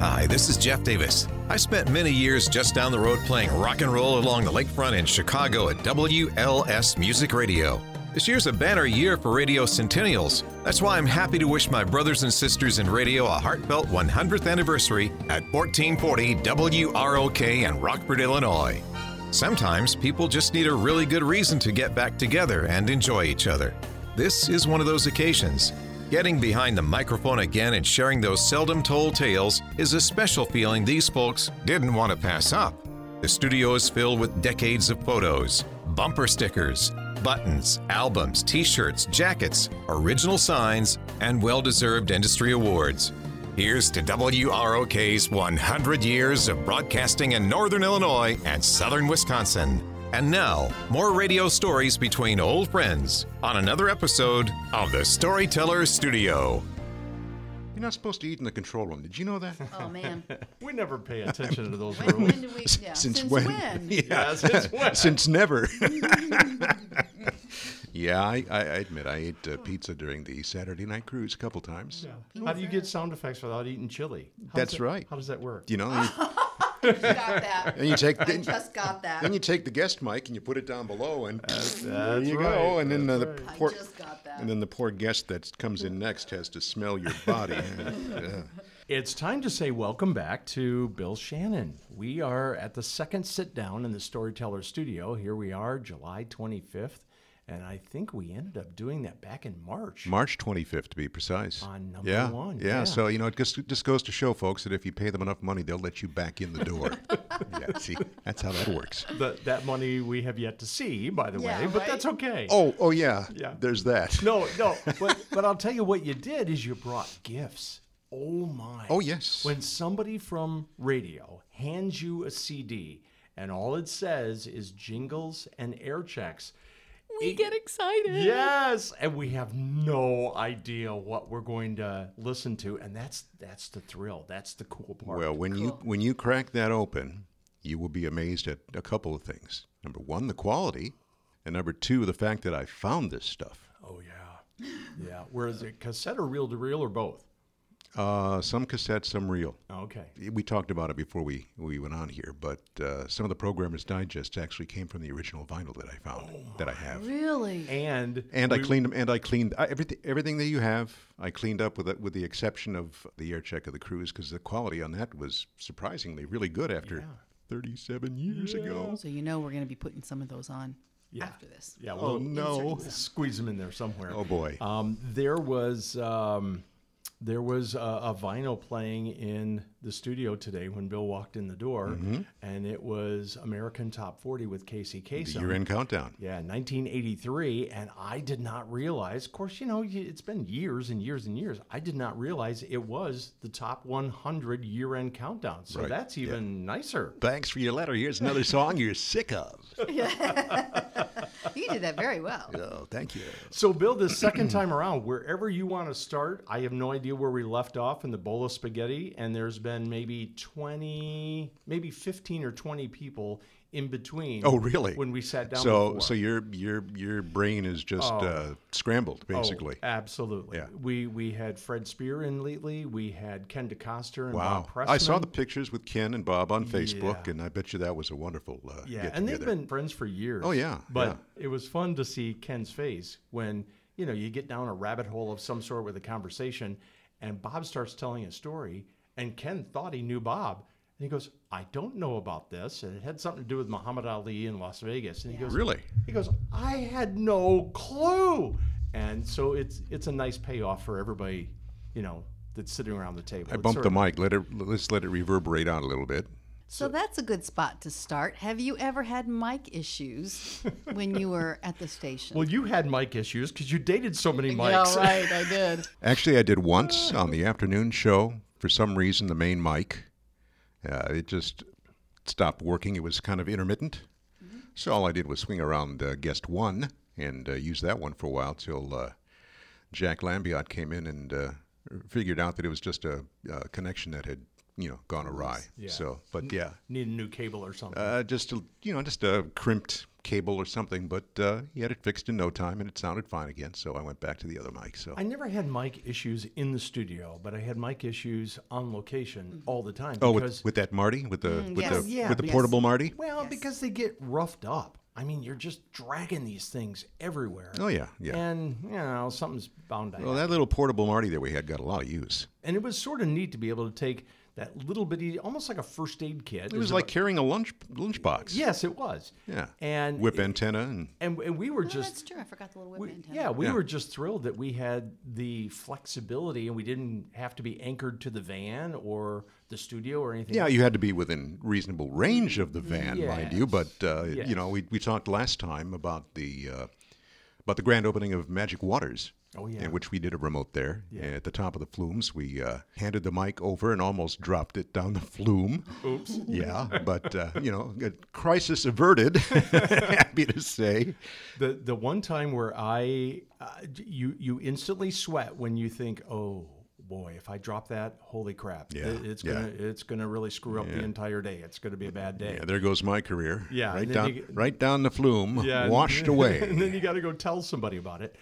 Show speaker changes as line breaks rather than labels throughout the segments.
Hi, this is Jeff Davis. I spent many years just down the road playing rock and roll along the lakefront in Chicago at WLS Music Radio. This year's a banner year for radio centennials. That's why I'm happy to wish my brothers and sisters in radio a heartfelt 100th anniversary at 1440 WROK in Rockford, Illinois. Sometimes people just need a really good reason to get back together and enjoy each other. This is one of those occasions. Getting behind the microphone again and sharing those seldom told tales is a special feeling these folks didn't want to pass up. The studio is filled with decades of photos, bumper stickers, buttons, albums, t shirts, jackets, original signs, and well deserved industry awards. Here's to WROK's 100 years of broadcasting in Northern Illinois and Southern Wisconsin. And now, more radio stories between old friends on another episode of The Storyteller Studio.
You're not supposed to eat in the control room. Did you know that?
Oh man.
We never pay attention to those
When,
rules.
when do we? Yeah.
Since when?
Yeah.
Yeah, since when?
Since never. yeah, I, I, I admit I ate uh, pizza during the Saturday night cruise a couple times.
How do you get sound effects without eating chili? How does
That's
that-
right.
How does that work?
You know, and you,
Got that.
and you take
I
then,
just got that.
then you take the guest mic and you put it down below, and there
that's
you
right,
go. And then uh, the
I
poor
just got that.
and then the poor guest that comes in next has to smell your body. Yeah.
It's time to say welcome back to Bill Shannon. We are at the second sit down in the Storyteller Studio. Here we are, July 25th, and I think we ended up doing that back in March.
March 25th, to be precise.
On number
yeah,
one,
Yeah.
yeah.
So you know, it just just goes to show, folks, that if you pay them enough money, they'll let you back in the door. yeah. See, that's how that works.
The, that money we have yet to see, by the
Yeah,
way, but
right.
that's okay.
Oh, oh yeah.
Yeah.
There's that.
No, no, but but I'll tell you what you did is you brought gifts. Oh my.
Oh, yes.
When somebody from radio hands you a CD and all it says is jingles and air checks.
We get excited.
Yes, and we have no idea what we're going to listen to and that's that's the thrill. That's the cool part.
Well, when you when you crack that open, you will be amazed at a couple of things. Number one, the quality, and number two, the fact that I found this stuff.
oh yeah. Yeah, where is it cassette or reel to reel or both?
Uh, some cassette, some reel.
Okay.
We talked about it before we, we went on here, but uh, some of the Programmer's Digests actually came from the original vinyl that I found
Oh
that I have.
Really?
And
And I cleaned them. And I cleaned I, everything. Everything that you have, I cleaned up with it, with the exception of the air check of the cruise, because the quality on that was surprisingly really good after 37 years ago.
So you know we're going to be putting some of those on after this.
yeah,
Oh
well,
no!
squeeze them in there somewhere.
Oh boy!
Um, there was um, there was a, a vinyl playing in the studio today when Bill walked in the door,
Mm-hmm.
and it was American Top 40 with Casey Kasem.
You're in countdown.
Yeah, 1983, and I did not realize. Of course, you know y- it's been years and years and years. I did not realize it was the top 100 year-end countdown. So
Right,
that's even nicer.
Thanks for your letter. Here's another song you're sick of.
You did that very well.
Oh, thank you.
So, Bill, this second time around, wherever you want to start, I have no idea where we left off in the bowl of spaghetti, and there's been maybe 20, maybe 15 or 20 people in between.
Oh, really?
When we sat down.
So,
before.
so your your your brain is just uh, scrambled,
Oh,
basically.
absolutely.
Yeah.
We we had Fred Spear in lately. We had Ken DeCoster and
wow!
Bob Pressman.
I saw the pictures with Ken and Bob on Facebook, and I bet you that was a wonderful uh,
Yeah,
get
and
together.
they've been friends for years.
Oh, yeah,
But it was fun to see Ken's face when, you know, you get down a rabbit hole of some sort with a conversation and Bob starts telling a story and Ken thought he knew Bob. And he goes, I don't know about this. And it had something to do with Muhammad Ali in Las Vegas. And he goes,
really.
He goes, I had no clue. And so it's it's a nice payoff for everybody, you know, that's sitting around the table.
I
It's
bumped
sort
the
of-
mic. Let it let's let it reverberate out a little bit.
So
That's a good spot to start. Have you ever had mic issues when you were at the station?
Well, you had mic issues because you dated so many
Yeah,
mics.
right. I did.
Actually, I did once on the afternoon show. For some reason, the main mic uh, it just stopped working. It was kind of intermittent, so all I did was swing around uh, guest one and uh, use that one for a while till uh, Jack Lambiot came in and uh, figured out that it was just a, uh connection that had you know gone awry. So, but yeah,
Need a new cable or something.
uh, just a, you know just a crimped cable or something, but uh, he had it fixed in no time and it sounded fine again. So I went back to the other mic. So
I never had mic issues in the studio, but I had mic issues on
Mm-hmm.
location all the time.
oh,
because-
with, with that Marty, with the with
yes.
the
Yeah,
with the
because-
portable Marty.
Well, because they get roughed up. I mean, you're just dragging these things everywhere.
Oh yeah, yeah.
And, you know, something's bound to happen.
well, that little portable Marty that we had got a lot of use.
and it was sort of neat to be able to take that little bitty, almost like a first aid
It
kit.
was like carrying a lunch lunchbox.
yes, it was.
Yeah.
And
whip antenna and
And, and we were
Oh,
just
that's true. I forgot the little whip
We-
antenna.
yeah, we
Yeah.
were just thrilled that we had the flexibility and we didn't have to be anchored to the van or the studio or anything.
Yeah, you had to be within reasonable range of the van, mind you. But uh, you know, we, we talked last time about the uh, about the grand opening of Magic Waters.
Oh, yeah.
in which we did a remote there at the top of the flumes. We uh, handed the mic over and almost dropped it down the flume. Oops. Yeah, but uh, you know, a crisis averted. happy to say.
The the one time where I uh, you you instantly sweat when you think, "Oh, boy, if I drop that, holy crap.
Yeah,
it- it's
yeah.
going to it's going to really screw up the entire day. It's going to be a bad day."
Yeah, there goes my career.
Yeah, and
right
then
down,
you get-
right down the flume,
Yeah, and-
washed away.
and then you got to go tell somebody about it.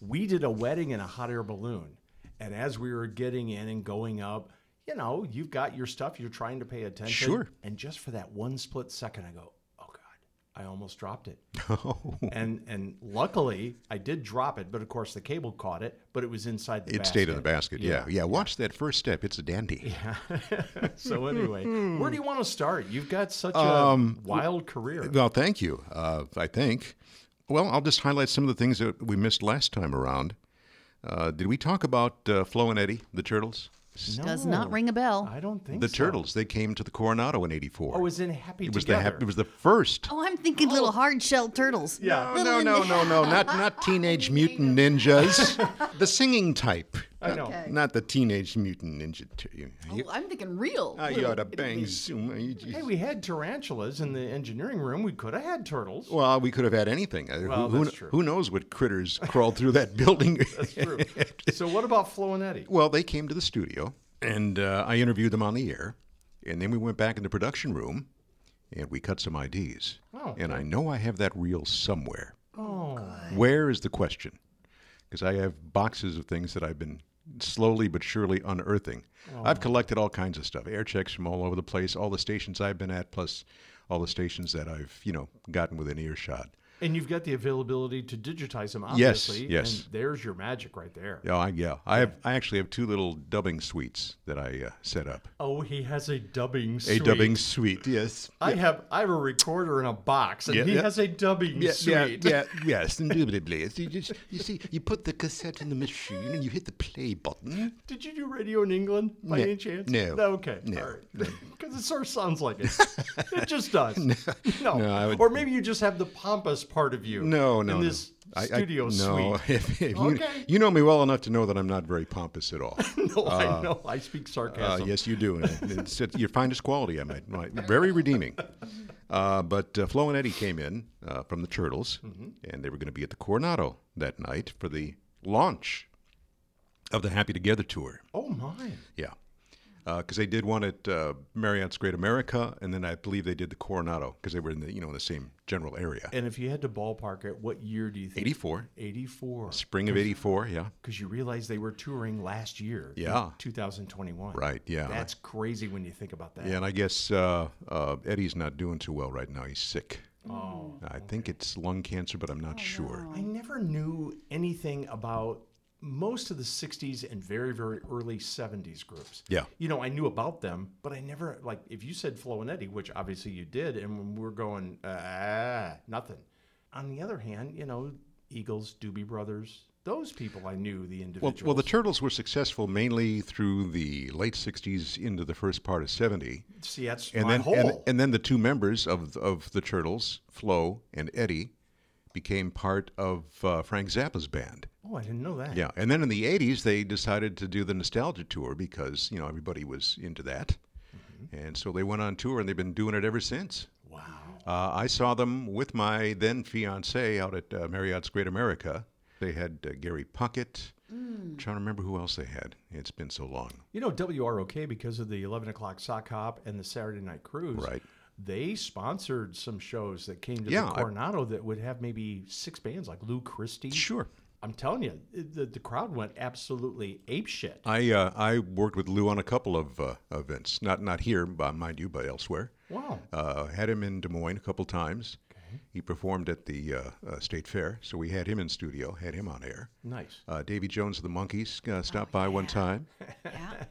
We did a wedding in a hot air balloon. And as we were getting in and going up, you know, you've got your stuff, you're trying to pay attention.
Sure.
And just for that one split second, I go, oh God, I almost dropped it.
Oh.
And and luckily, I did drop it, but of course the cable caught it, but it was inside the
It stayed in the basket. Yeah, yeah.
Yeah.
watch that first step. It's a dandy.
So anyway, where do you want to start? You've got such
Um,
a wild career.
Well, thank you. Uh, I think. Well, I'll just highlight some of the things that we missed last time around. Uh, did we talk about uh, Flo and Eddie, the Turtles?
Does not ring a bell.
I don't think
The
so.
Turtles. They came to the Coronado in '84.
Oh, it was in Happy
it was the
Together.
hap- it was the first.
Oh, I'm thinking little hard shelled turtles.
Yeah.
Oh, No, no, no, no, no, not not teenage mutant ninjas. the singing type.
I know.
Not, not the teenage mutant ninja. T-
Oh, I'm thinking real.
I
little-
Ah, oughta bang zoom. I just-
Hey, we had tarantulas in the engineering room. We could have had turtles.
Well, we could have had anything. Uh,
Well,
who, who,
that's true.
who knows what critters crawled through that building?
True. so what about Flo and Eddie?
Well, they came to the studio, and uh, I interviewed them on the air, and then we went back in the production room, and we cut some IDs.
Oh.
And I know I have that reel somewhere.
Oh,
Where is the question? Because I have boxes of things that I've been slowly but surely unearthing. I've collected all kinds of stuff, air checks from all over the place, all the stations I've been at, plus all the stations that I've you know gotten within earshot.
and you've got the availability to digitize them,
Yes,
obviously.
yes.
And there's your magic right there.
Yeah, I, yeah. I have. I actually have two little dubbing suites that I uh, set up.
Oh, he has a dubbing
A
suite.
dubbing suite, yes.
I have I have a recorder in a box, and
Yeah,
he
yeah.
has a dubbing
Yeah, yeah,
suite.
yeah, yes, indubitably. It's- You, just, you see, you put the cassette in the machine and you hit the play button.
Did you do radio in England by
No,
any chance?
no,
okay.
no,
All right. Because it sort of sounds like it. it just does. No.
no, I would-
or maybe you just have the pompous part of you.
No, no,
In
no.
this
I- I-
studio
no,
suite.
If, if you,
Okay.
you know me well enough to know that I'm not very pompous at all.
No, I know. I speak
Uh,
sarcasm.
yes, you do. And It's, it's your finest quality, I might. might very redeeming. Uh, but uh, Flo and Eddie came in uh, from the Turtles, and they were going to be at the Coronado that night for the launch of the Happy Together tour.
Oh my.
Yeah. Because they did one at uh, Marriott's Great America, and then I believe they did the Coronado because they were in the you know in the same general area.
And if you had to ballpark it, what year do you think?
Eighty four,
84.
spring of eighty four. Yeah,
Because you realize they were touring last year.
Yeah.
2021.
right. Yeah,
That's crazy when you think about that.
yeah. And I guess uh, uh, Eddie's not doing too well right now. He's sick.
Oh.
I think it's lung cancer, but I'm not sure.
I never knew anything about most of the 60s and very, very early 70s groups.
Yeah.
You know, I knew about them, but I never, like, if you said Flo and Eddie, which obviously you did, and when we're going, ah, nothing. On the other hand, you know, Eagles, Doobie Brothers, those people I knew, the
Well,
individuals.
well, the Turtles were successful mainly through the late '60s into the first part of '70,
See, that's
and
my
then
whole.
and, and then the two members of of the Turtles, Flo and Eddie, became part of uh, Frank Zappa's band.
oh, I didn't know that.
Yeah, and then in the '80s they decided to do the nostalgia tour because you know everybody was into that, and so they went on tour and they've been doing it ever since.
Wow.
Uh, I saw them with my then fiance out at uh, Marriott's Great America. They had uh, Gary Puckett. Trying to remember who else they had. It's been so long.
You know, WROK, because of the 11 o'clock sock hop and the Saturday night cruise,
Right.
they sponsored some shows that came to
Yeah,
the
I-
Coronado that would have maybe six bands, like Lou Christie.
Sure.
I'm telling you, it- the, the crowd went absolutely apeshit.
I uh, I worked with Lou on a couple of uh, events, not not here, but mind you, but elsewhere.
Wow.
Uh, had him in Des Moines a couple times. He performed at the uh, uh, state fair, so we had him in studio, had him on air.
Nice.
Uh, Davy Jones of the Monkees
Oh,
uh, stopped by one time.
Yeah,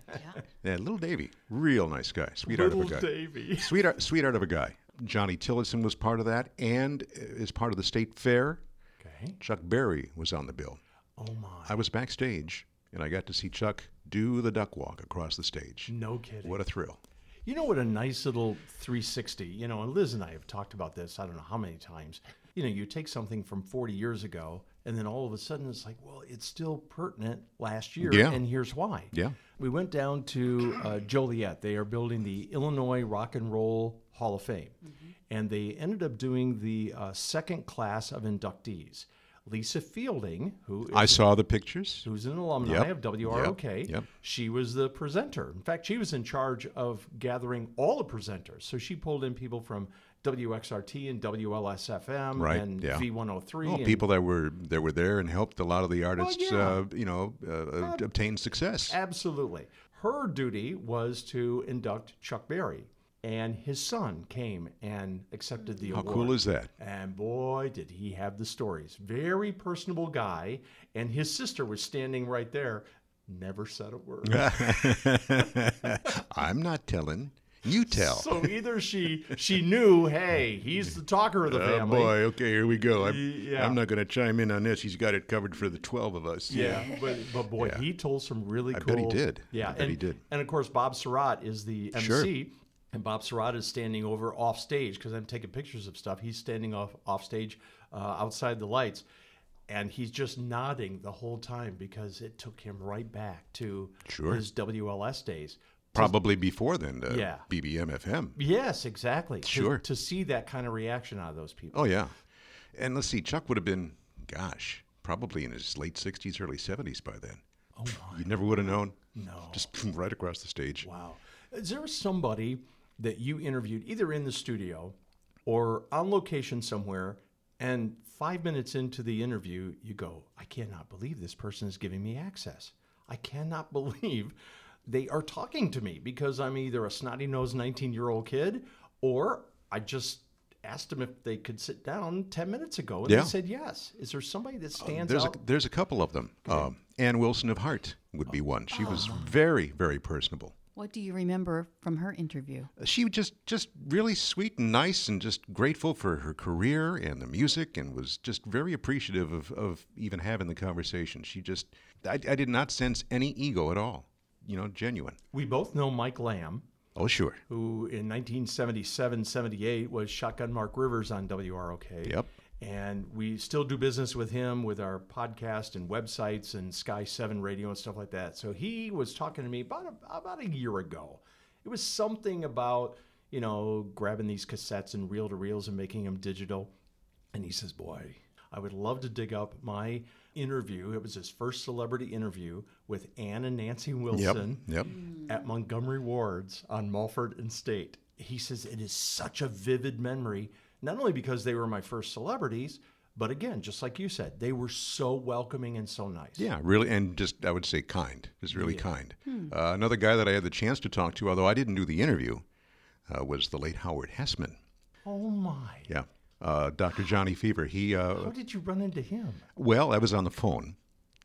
yeah.
Yeah, little Davy, real nice guy, sweetheart of a guy.
Little Davy.
sweetheart, sweetheart of a guy. Johnny Tillotson was part of that, and as part of the state fair,
Okay.
Chuck Berry was on the bill.
Oh my.
I was backstage, and I got to see Chuck do the duck walk across the stage.
No kidding.
What a thrill!
You know what a nice little 360, you know, and Liz and I have talked about this, I don't know how many times. You know, you take something from 40 years ago, and then all of a sudden it's like, well, it's still pertinent last year,
Yeah.
and here's why.
Yeah.
We went down to uh, Joliet. They are building the Illinois Rock and Roll Hall of Fame. And they ended up doing the uh, second class of inductees. Lisa Fielding, who is
I saw the pictures.
who's an alumni
Yep,
of WROK.
yep, yep.
She was the presenter. In fact, she was in charge of gathering all the presenters. So she pulled in people from WXRT and WLSFM
Right,
and
yeah.
V103.
Oh,
and-
people that were that were there and helped a lot of the artists,
yeah.
uh, you know, uh, obtain success.
Absolutely. Her duty was to induct Chuck Berry, and his son came and accepted the
How
award.
cool is that?
And boy, did he have the stories. Very personable guy, and his sister was standing right there, never said a word.
I'm not telling. You tell.
So either she she knew, hey, he's the talker of the
Oh
family.
boy, okay, here we go. I'm,
Yeah.
I'm not going to chime in on this. He's got it covered for the 12 of us.
Yeah, but, but boy, he told some really
I
cool.
bet he did.
Yeah,
I bet
and,
he did.
And of course, Bob Surratt is the MC,
Sure.
and Bob Surratt is standing over off stage because I'm taking pictures of stuff. He's standing off off stage, uh, outside the lights, and he's just nodding the whole time because it took him right back to
Sure.
his WLS days.
Probably before then, to
Yeah.
BBM FM.
Yes, exactly. To-
Sure.
To, see that kind of reaction out of those people.
Oh, yeah. And let's see, Chuck would have been, gosh, probably in his late 60s, early 70s by then. Oh, my. You never would have known. No. Just right across the stage.
Wow. Is there somebody that you interviewed either in the studio or on location somewhere, and five minutes into the interview, you go, I cannot believe this person is giving me access. I cannot believe they are talking to me because I'm either a snotty nosed 19 year old kid or I just asked them if they could sit down 10 minutes ago and
Yeah. Uh,
they said yes. Is there somebody that stands
There's a,
out?
there's a couple of them. Um, Ann Wilson of Hart would be one. She was very, very personable.
What do you remember from her interview?
she was just just really sweet and nice and just grateful for her career and the music and was just very appreciative of, of even having the conversation she just I, I did not sense any ego at all you know genuine
we both know Mike Lamb.
oh sure
who in 1977 78 was Shotgun Mark Rivers on WROK.
Yep.
And we still do business with him with our podcast and websites and Sky 7 radio and stuff like that. So he was talking to me about a, about a year ago. It was something about, you know, grabbing these cassettes and reel to reels and making them digital. And he says, Boy, I would love to dig up my interview. It was his first celebrity interview with Ann and Nancy Wilson
yep
at Montgomery Ward's on Mulford and State. He says it is such a vivid memory, not only because they were my first celebrities, but again, just like you said, they were so welcoming and so nice.
yeah really and just i would say kind just really kind uh, another guy that i had the chance to talk to although i didn't do the interview uh, was the late howard hessman
Oh my.
yeah uh, dr johnny fever he uh,
How did you run into him?
Well, I was on the phone.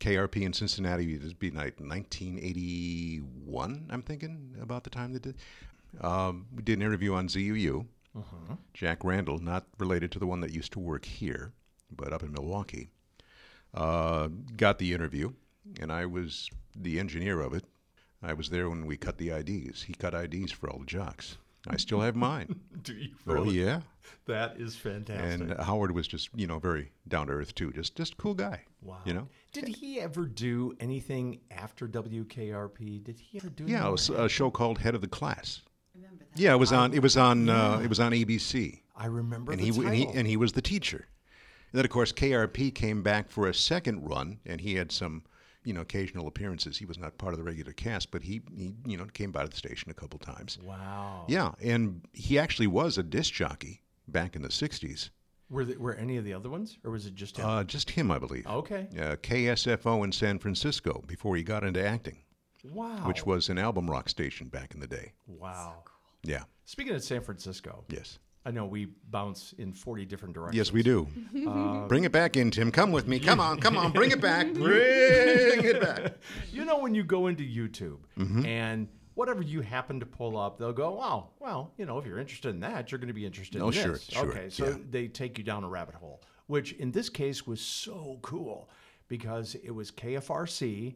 KRP in Cincinnati, it'd be like 1981, I'm thinking, about the time that did. Um, we did an interview on ZUU. Jack Randall, not related to the one that used to work here, but up in Milwaukee, uh, got the interview, and I was the engineer of it. I was there when we cut the IDs. He cut IDs for all the jocks. I still have mine.
Do you
oh, yeah.
That is fantastic.
And Howard was just, you know, very down to earth, too. Just, just cool guy.
wow. Mm-hmm.
You know?
Did he ever do anything after WKRP? Did he ever do
Yeah,
any
it
more?
was a show called Head of the Class. Yeah, it was on. It was on. Uh, it was on ABC,
I remember
and
the
he,
title.
and he and he was the teacher. And then, of course, KRP came back for a second run, and he had some you know, occasional appearances. He was not part of the regular cast, but he, he you know, came by the station a couple times.
Wow.
Yeah, and he actually was a disc jockey back in the 60s.
Were, the, were any of the other ones, or was it just him?
Uh, just him, I believe.
okay.
Uh, KSFO in San Francisco before he got into acting,
Wow.
which was an album rock station back in the day.
wow.
Yeah,
Speaking of San Francisco,
yes.
I know we bounce in 40 different directions.
Yes, we do.
Uh,
bring it back in, Tim. Come with me. Come on, come on. Bring it back. Bring it back.
You know, when you go into YouTube
Mm-hmm.
and whatever you happen to pull up, they'll go, "Wow, well, you know, if you're interested in that, you're going to be interested
Oh,
in this."
sure, sure,
okay, so
yeah.
they take you down a rabbit hole, which in this case was so cool because it was KFRC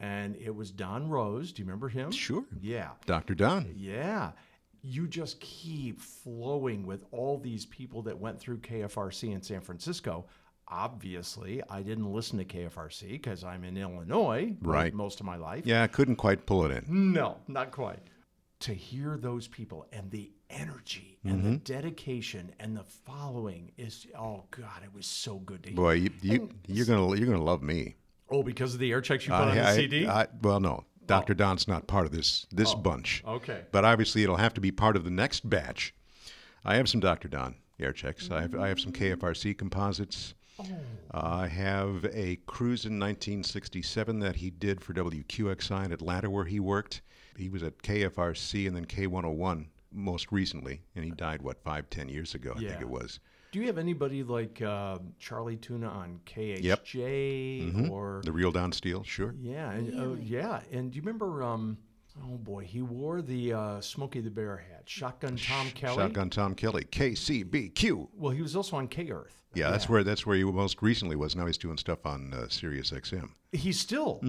and it was Don Rose. Do you remember him?
Sure.
Yeah.
Dr. Don.
Yeah. You just keep flowing with all these people that went through KFRC in San Francisco. Obviously, I didn't listen to KFRC because I'm in Illinois
Right.
most of my life.
Yeah, I couldn't quite pull it in.
No, not quite. To hear those people and the energy and
Mm-hmm.
the dedication and the following is oh god, it was so good to hear.
Boy, you, you, you're gonna you're gonna love me.
oh, because of the air checks you put on the Oh. CD.
I- well, no, Dr. Don's not part of this this
Oh.
bunch.
okay.
But obviously, it'll have to be part of the next batch. I have some Dr. Don air checks. I have I have some KFRC composites.
Oh.
Uh, I have a cruise in 1967 that he did for WQXI in Atlanta, where he worked. He was at KFRC and then K101 most recently, and he died what five, ten years ago, I
Yeah.
think it was.
Do you have anybody like uh, Charlie Tuna on KHJ
Mm-hmm.
or
The real Don Steele, sure.
yeah, and, oh, yeah? And do you remember? Um, oh boy, he wore the uh, Smokey the Bear hat, Shotgun Tom Kelly.
Shotgun Tom Kelly, KCBQ.
Well, he was also on K Earth.
Yeah, that's where that's where he most recently was. Now he's doing stuff on uh, Sirius XM.
He's still.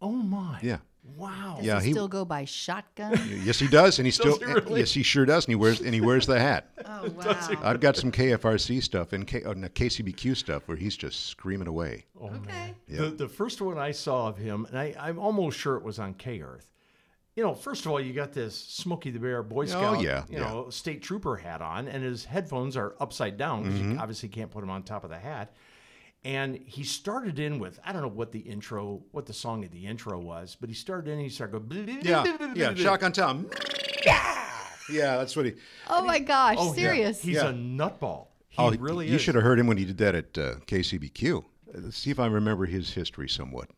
Oh my.
Mm-hmm. Yeah.
Wow.
Yeah,
Does
he-
he still go by shotgun?
Yes, he does, and he still
he really?
yes, he sure does, and he wears and he wears the hat.
oh wow.
I've got some KFRC stuff and K, oh, no, KCBQ stuff where he's just screaming away.
Okay.
The, the first one I saw of him, and I, I'm almost sure it was on K Earth. You know, first of all, you got this Smokey the Bear Boy Scout,
yeah,
you
yeah.
know, state trooper hat on, and his headphones are upside down because you obviously can't put them on top of the hat. And he started in with I don't know what the intro, what the song of the intro was, but he started in and he started going,
Yeah, yeah, shotgun Tom. Yeah, that's what he.
Oh my gosh.
Oh, yeah.
serious.
He's
Yeah.
a nutball. He
oh,
really
you
is.
should have heard him when he did that at uh, KCBQ. Uh, Let's see if I remember his history somewhat.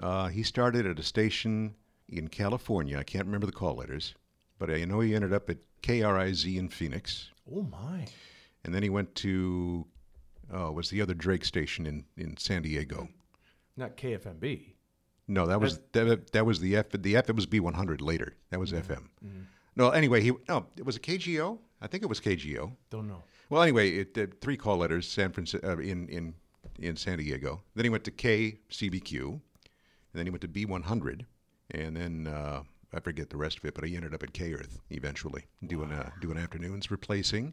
Uh, he started at a station in California. I can't remember the call letters, but I know he ended up at KRIZ in Phoenix.
Oh my.
and then he went to oh was the other Drake station in, in San Diego.
Not KFMB.
No, that was that, that was the F the F it was B one hundred later. That was FM. No, anyway, he no it was a KGO. I think it was KGO.
Don't know.
Well, anyway, it did three call letters San Francisco uh, in in in San Diego. Then he went to KCBQ, and then he went to B one hundred, and then. Uh, I forget the rest of it, but he ended up at K Earth eventually, doing uh, doing afternoons, replacing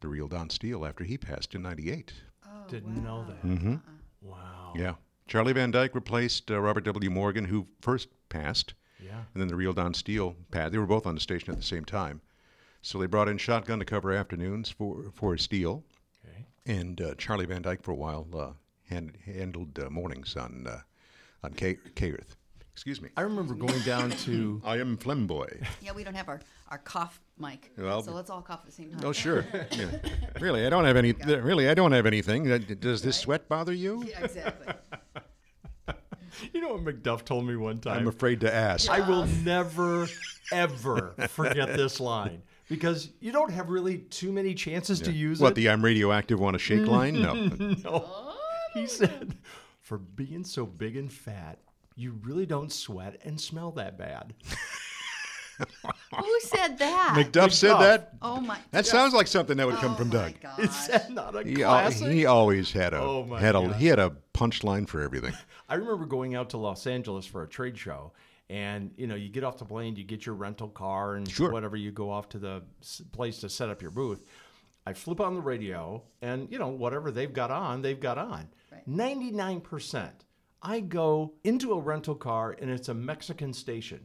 the real Don Steele after he passed in '98.
Didn't know that. Wow.
Yeah. Charlie Van Dyke replaced uh, Robert W. Morgan, who first passed,
Yeah.
and then the real Don Steele passed. They were both on the station at the same time. So they brought in Shotgun to cover afternoons for, for Steele,
Okay.
and uh, Charlie Van Dyke for a while uh, hand, handled uh, mornings on, uh, on K, K Earth. Excuse me.
I remember going down to
I am Flemboy.
Yeah, we don't have our, our cough mic.
Well-
so let's all cough at the same time.
oh, sure. Yeah. Really, I don't have any. Really, I don't have anything. Uh, Does this sweat bother you?
Yeah, exactly.
you know what McDuff told me one time.
I'm afraid to ask.
I will never ever forget this line because you don't have really too many chances to use
What
it.
the I'm radioactive want to shake line? No.
No. He said, "For being so big and fat, you really don't sweat and smell that bad."
Who said that?
McDuff said
McDuff.
that.
oh my.
That sounds like something that would come
oh
from
my
Doug.
gosh.
Is that not a
He, al-
classic?
he always had a
Oh my
had a
God.
he had a punchline for everything.
I remember going out to Los Angeles for a trade show, and you know, you get off the plane, you get your rental car, and
Sure.
whatever you go off to the s- place to set up your booth. I flip on the radio, and you know, whatever they've got on, they've got on. Ninety nine percent. I go into a rental car, and it's a Mexican station.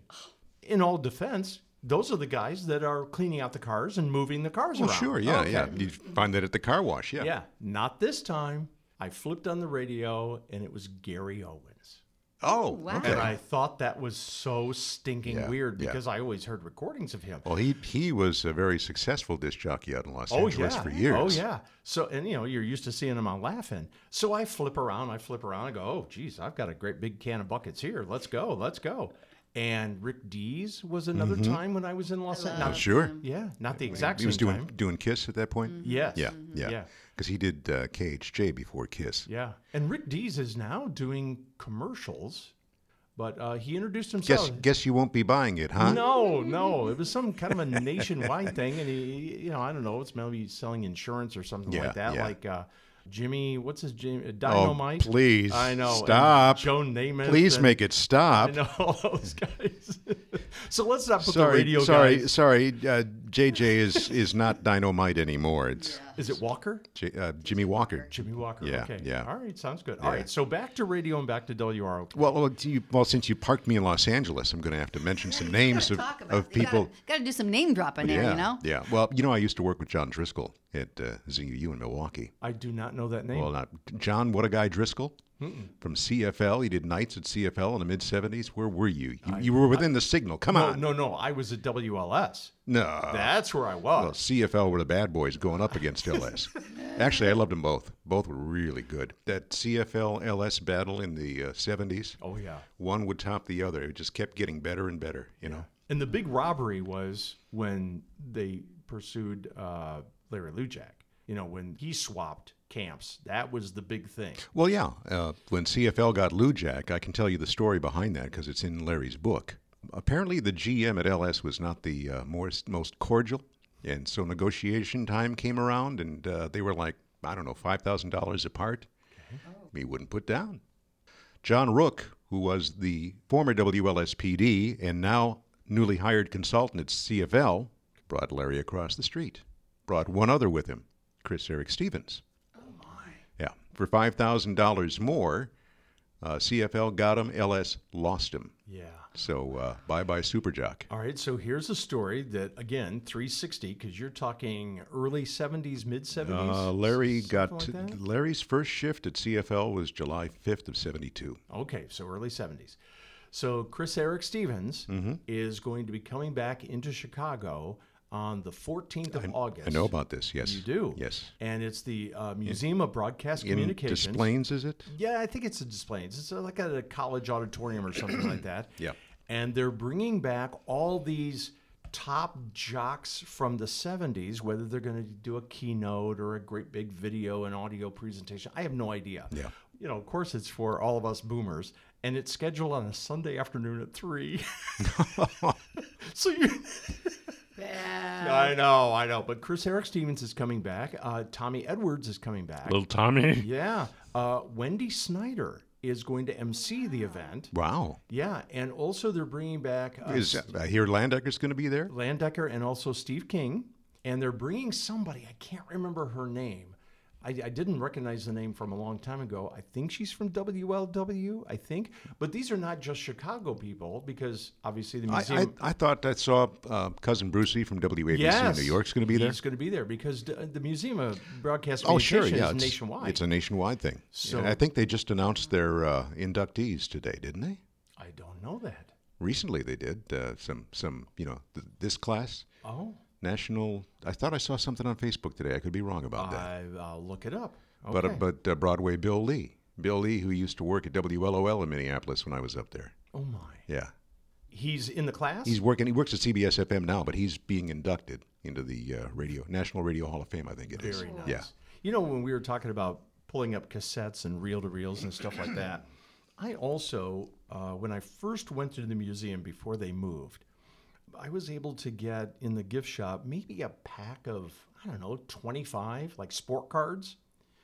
In all defense, those are the guys that are cleaning out the cars and moving the cars
Well,
around.
Oh, sure, yeah,
Okay.
yeah. You find that at the car wash, yeah.
Yeah, not this time. I flipped on the radio and it was Gary Owens.
Oh,
wow.
okay.
And I thought that was so stinking
Yeah,
weird
yeah. Oh,
because I always heard recordings of him.
Well, he he was a very successful disc jockey out in Los Angeles for years.
Oh yeah. So and you know you're used to seeing him on laughing. So I flip around, I flip around, I go, oh geez, I've got a great big can of buckets here. Let's go, let's go. And Rick Dees was another time when I was in Los
Oh,
Angeles.
Mm-hmm. sure.
Yeah, not the exact
He was
same
doing
time.
doing Kiss at that point.
Mm-hmm. Yes.
Yeah, yeah,
Yeah.
Because he did uh, KHJ before Kiss.
Yeah. And Rick Dees is now doing commercials, but uh, he introduced himself.
Guess guess you won't be buying it, huh?
No, no. It was some kind of a nationwide thing, and he, you know, I don't know. It's maybe selling insurance or something
Yeah,
like that.
yeah.
Like uh, Jimmy, what's his Jimmy?
Oh,
Dynamite.
please
I know. and
Stop.
Joe Namath.
Please
and-
make it stop.
I know all those guys. so let's not put the
Sorry,
radio
sorry,
guys.
sorry. Uh, JJ is is not Dynamite anymore. It's
Is it Walker?
J, uh, Jimmy Walker.
Jimmy Walker.
Yeah,
okay.
yeah.
All right. Sounds good. All right. So back to radio and back to WROK.
Well, well, do you, well, since you parked me in Los Angeles, I'm going to have to mention some names of, of people.
Got to do some name dropping there,
yeah,
you know?
yeah. Well, you know, I used to work with John Driscoll at uh, ZUU in Milwaukee.
I do not know that name.
Well, not John. What a guy, Driscoll from CFL. He did nights at CFL in the mid '70s. Where were you? You, you were within the signal. Come
no,
on.
Oh,
Oh.
no, no. I was at WLS.
No.
That's where I
Well,
was.
CFL were the bad boys going up against LS. Actually, I loved them both. Both were really good. That CFL LS battle in the uh, 70s,
oh yeah.
one would top the other. It just kept getting better and better, you know?
And the big robbery was when they pursued uh, Larry Lujak. You know, when he swapped camps, that was the big thing.
Well, yeah. Uh, when CFL got Lou Jack, I can tell you the story behind that because it's in Larry's book. Apparently, the GM at LS was not the uh, most, most cordial. And so negotiation time came around, and uh, they were like, I don't know, $5,000 apart. He wouldn't put down. John Rook, who was the former WLSPD and now newly hired consultant at CFL, brought Larry across the street. Brought one other with him, Chris Eric Stevens. Yeah, for five thousand dollars more, uh, CFL got him. LS lost him.
Yeah.
So uh, bye bye Super Jock.
All right. So here's a story that, again, 360, because you're talking early 70s, mid 70s.
Uh, Larry got
like that?
Larry's first shift at CFL was July fifth of seventy two.
Okay, so early 70s. So Chris Eric Stevens
Mm-hmm.
is going to be coming back into Chicago on the 14th of August.
I know about this. Yes,
You do.
Yes,
And it's the uh, Museum of Broadcast
in
Communications.
Des Plaines, is it?
Yeah, I think it's a display. It's uh, like at a college auditorium or something like that.
Yeah.
And they're bringing back all these top jocks from the 70s, whether they're going to do a keynote or a great big video and audio presentation. I have no idea.
Yeah.
You know, of course, it's for all of us boomers, and it's scheduled on a Sunday afternoon at 3. so you. I know, I know. But Chris Eric Stevens is coming back. Uh, Tommy Edwards is coming back.
Little Tommy.
Yeah. Uh, Wendy Snyder is going to MC the event.
Wow.
Yeah. And also, they're bringing back uh,
Is I hear Landecker's going to be there?
Landecker and also Steve King. And they're bringing somebody, I can't remember her name. I, I didn't recognize the name from a long time ago. I think she's from WLW, I think. But these are not just Chicago people because obviously the
I,
museum.
I, I thought I saw uh, cousin Brucey from WABC in New York's going to be there.
He's going to be there because d- the Museum of Broadcast
Oh, sure,
Communication
yeah,
is
it's,
nationwide.
It's a nationwide thing.
So-
So I think they just announced their uh, inductees today, didn't they?
I don't know that.
Recently, they did uh, some some you know th- this class
Oh.
national. I thought I saw something on Facebook today. I could be wrong about that.
I, I'll look it up. Oh,
But uh,
Ah, Okay.
but uh, Broadway Bill Lee, Bill Lee, who used to work at WLOL in Minneapolis when I was up there.
oh my,
Yeah,
he's in the class.
he's working. He works at CBS FM now, but he's being inducted into the uh, radio National Radio Hall of Fame. I think it is.
very nice.
Yeah.
You know when we were talking about pulling up cassettes and reel to reels and stuff like that, I also uh, when I first went to the museum before they moved, I was able to get in the gift shop maybe a pack of I don't know twenty five like sport cards.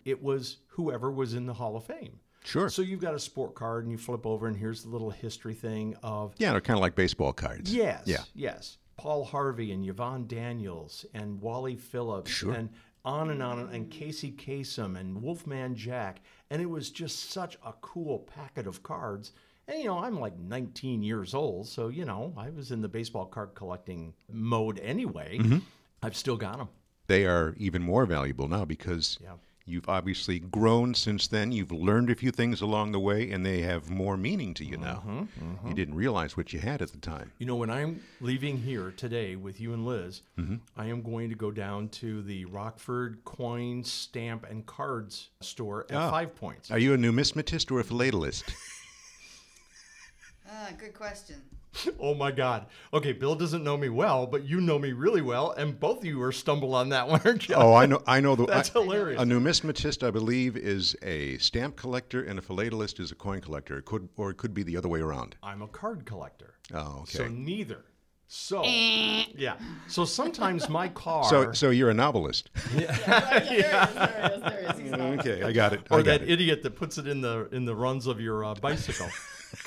It was whoever was in the Hall of Fame.
Sure.
So you've got a sport card and you flip over and here's the little history thing of
Yeah, they're kind of like baseball cards.
Yes.
Yeah.
Yes. Paul Harvey and Yvonne Daniels and Wally Phillips and on and on and Casey Kasem and Wolfman Jack. And it was just such a cool packet of cards. And, you know, I'm like 19 years old. So, you know, I was in the baseball card collecting mode anyway. I've still got them.
they are even more valuable now because
Yeah.
You've obviously grown since then. You've learned a few things along the way, and they have more meaning to you now.
Mm-hmm,
You didn't realize what you had at the time.
You know, when I'm leaving here today with you and Liz, I am going to go down to the Rockford Coin, Stamp, and Cards store at Five Points.
Are you a numismatist or a philatelist?
Ah, good question.
oh my God. Okay, Bill doesn't know me well, but you know me really well, and both of you are stumbled on that one, aren't you?
oh, I know. I know the.
That's
I-
hilarious.
A numismatist, I believe, is a stamp collector, and a philatelist is a coin collector. It could, or it could be the other way around.
I'm a card collector.
Oh, okay.
So neither. So yeah. So sometimes my car
So, so you're a novelist.
There is, there is. He's not-
okay, I got it. I
or
got
that
it.
idiot that puts it in the in the runs of your uh, bicycle.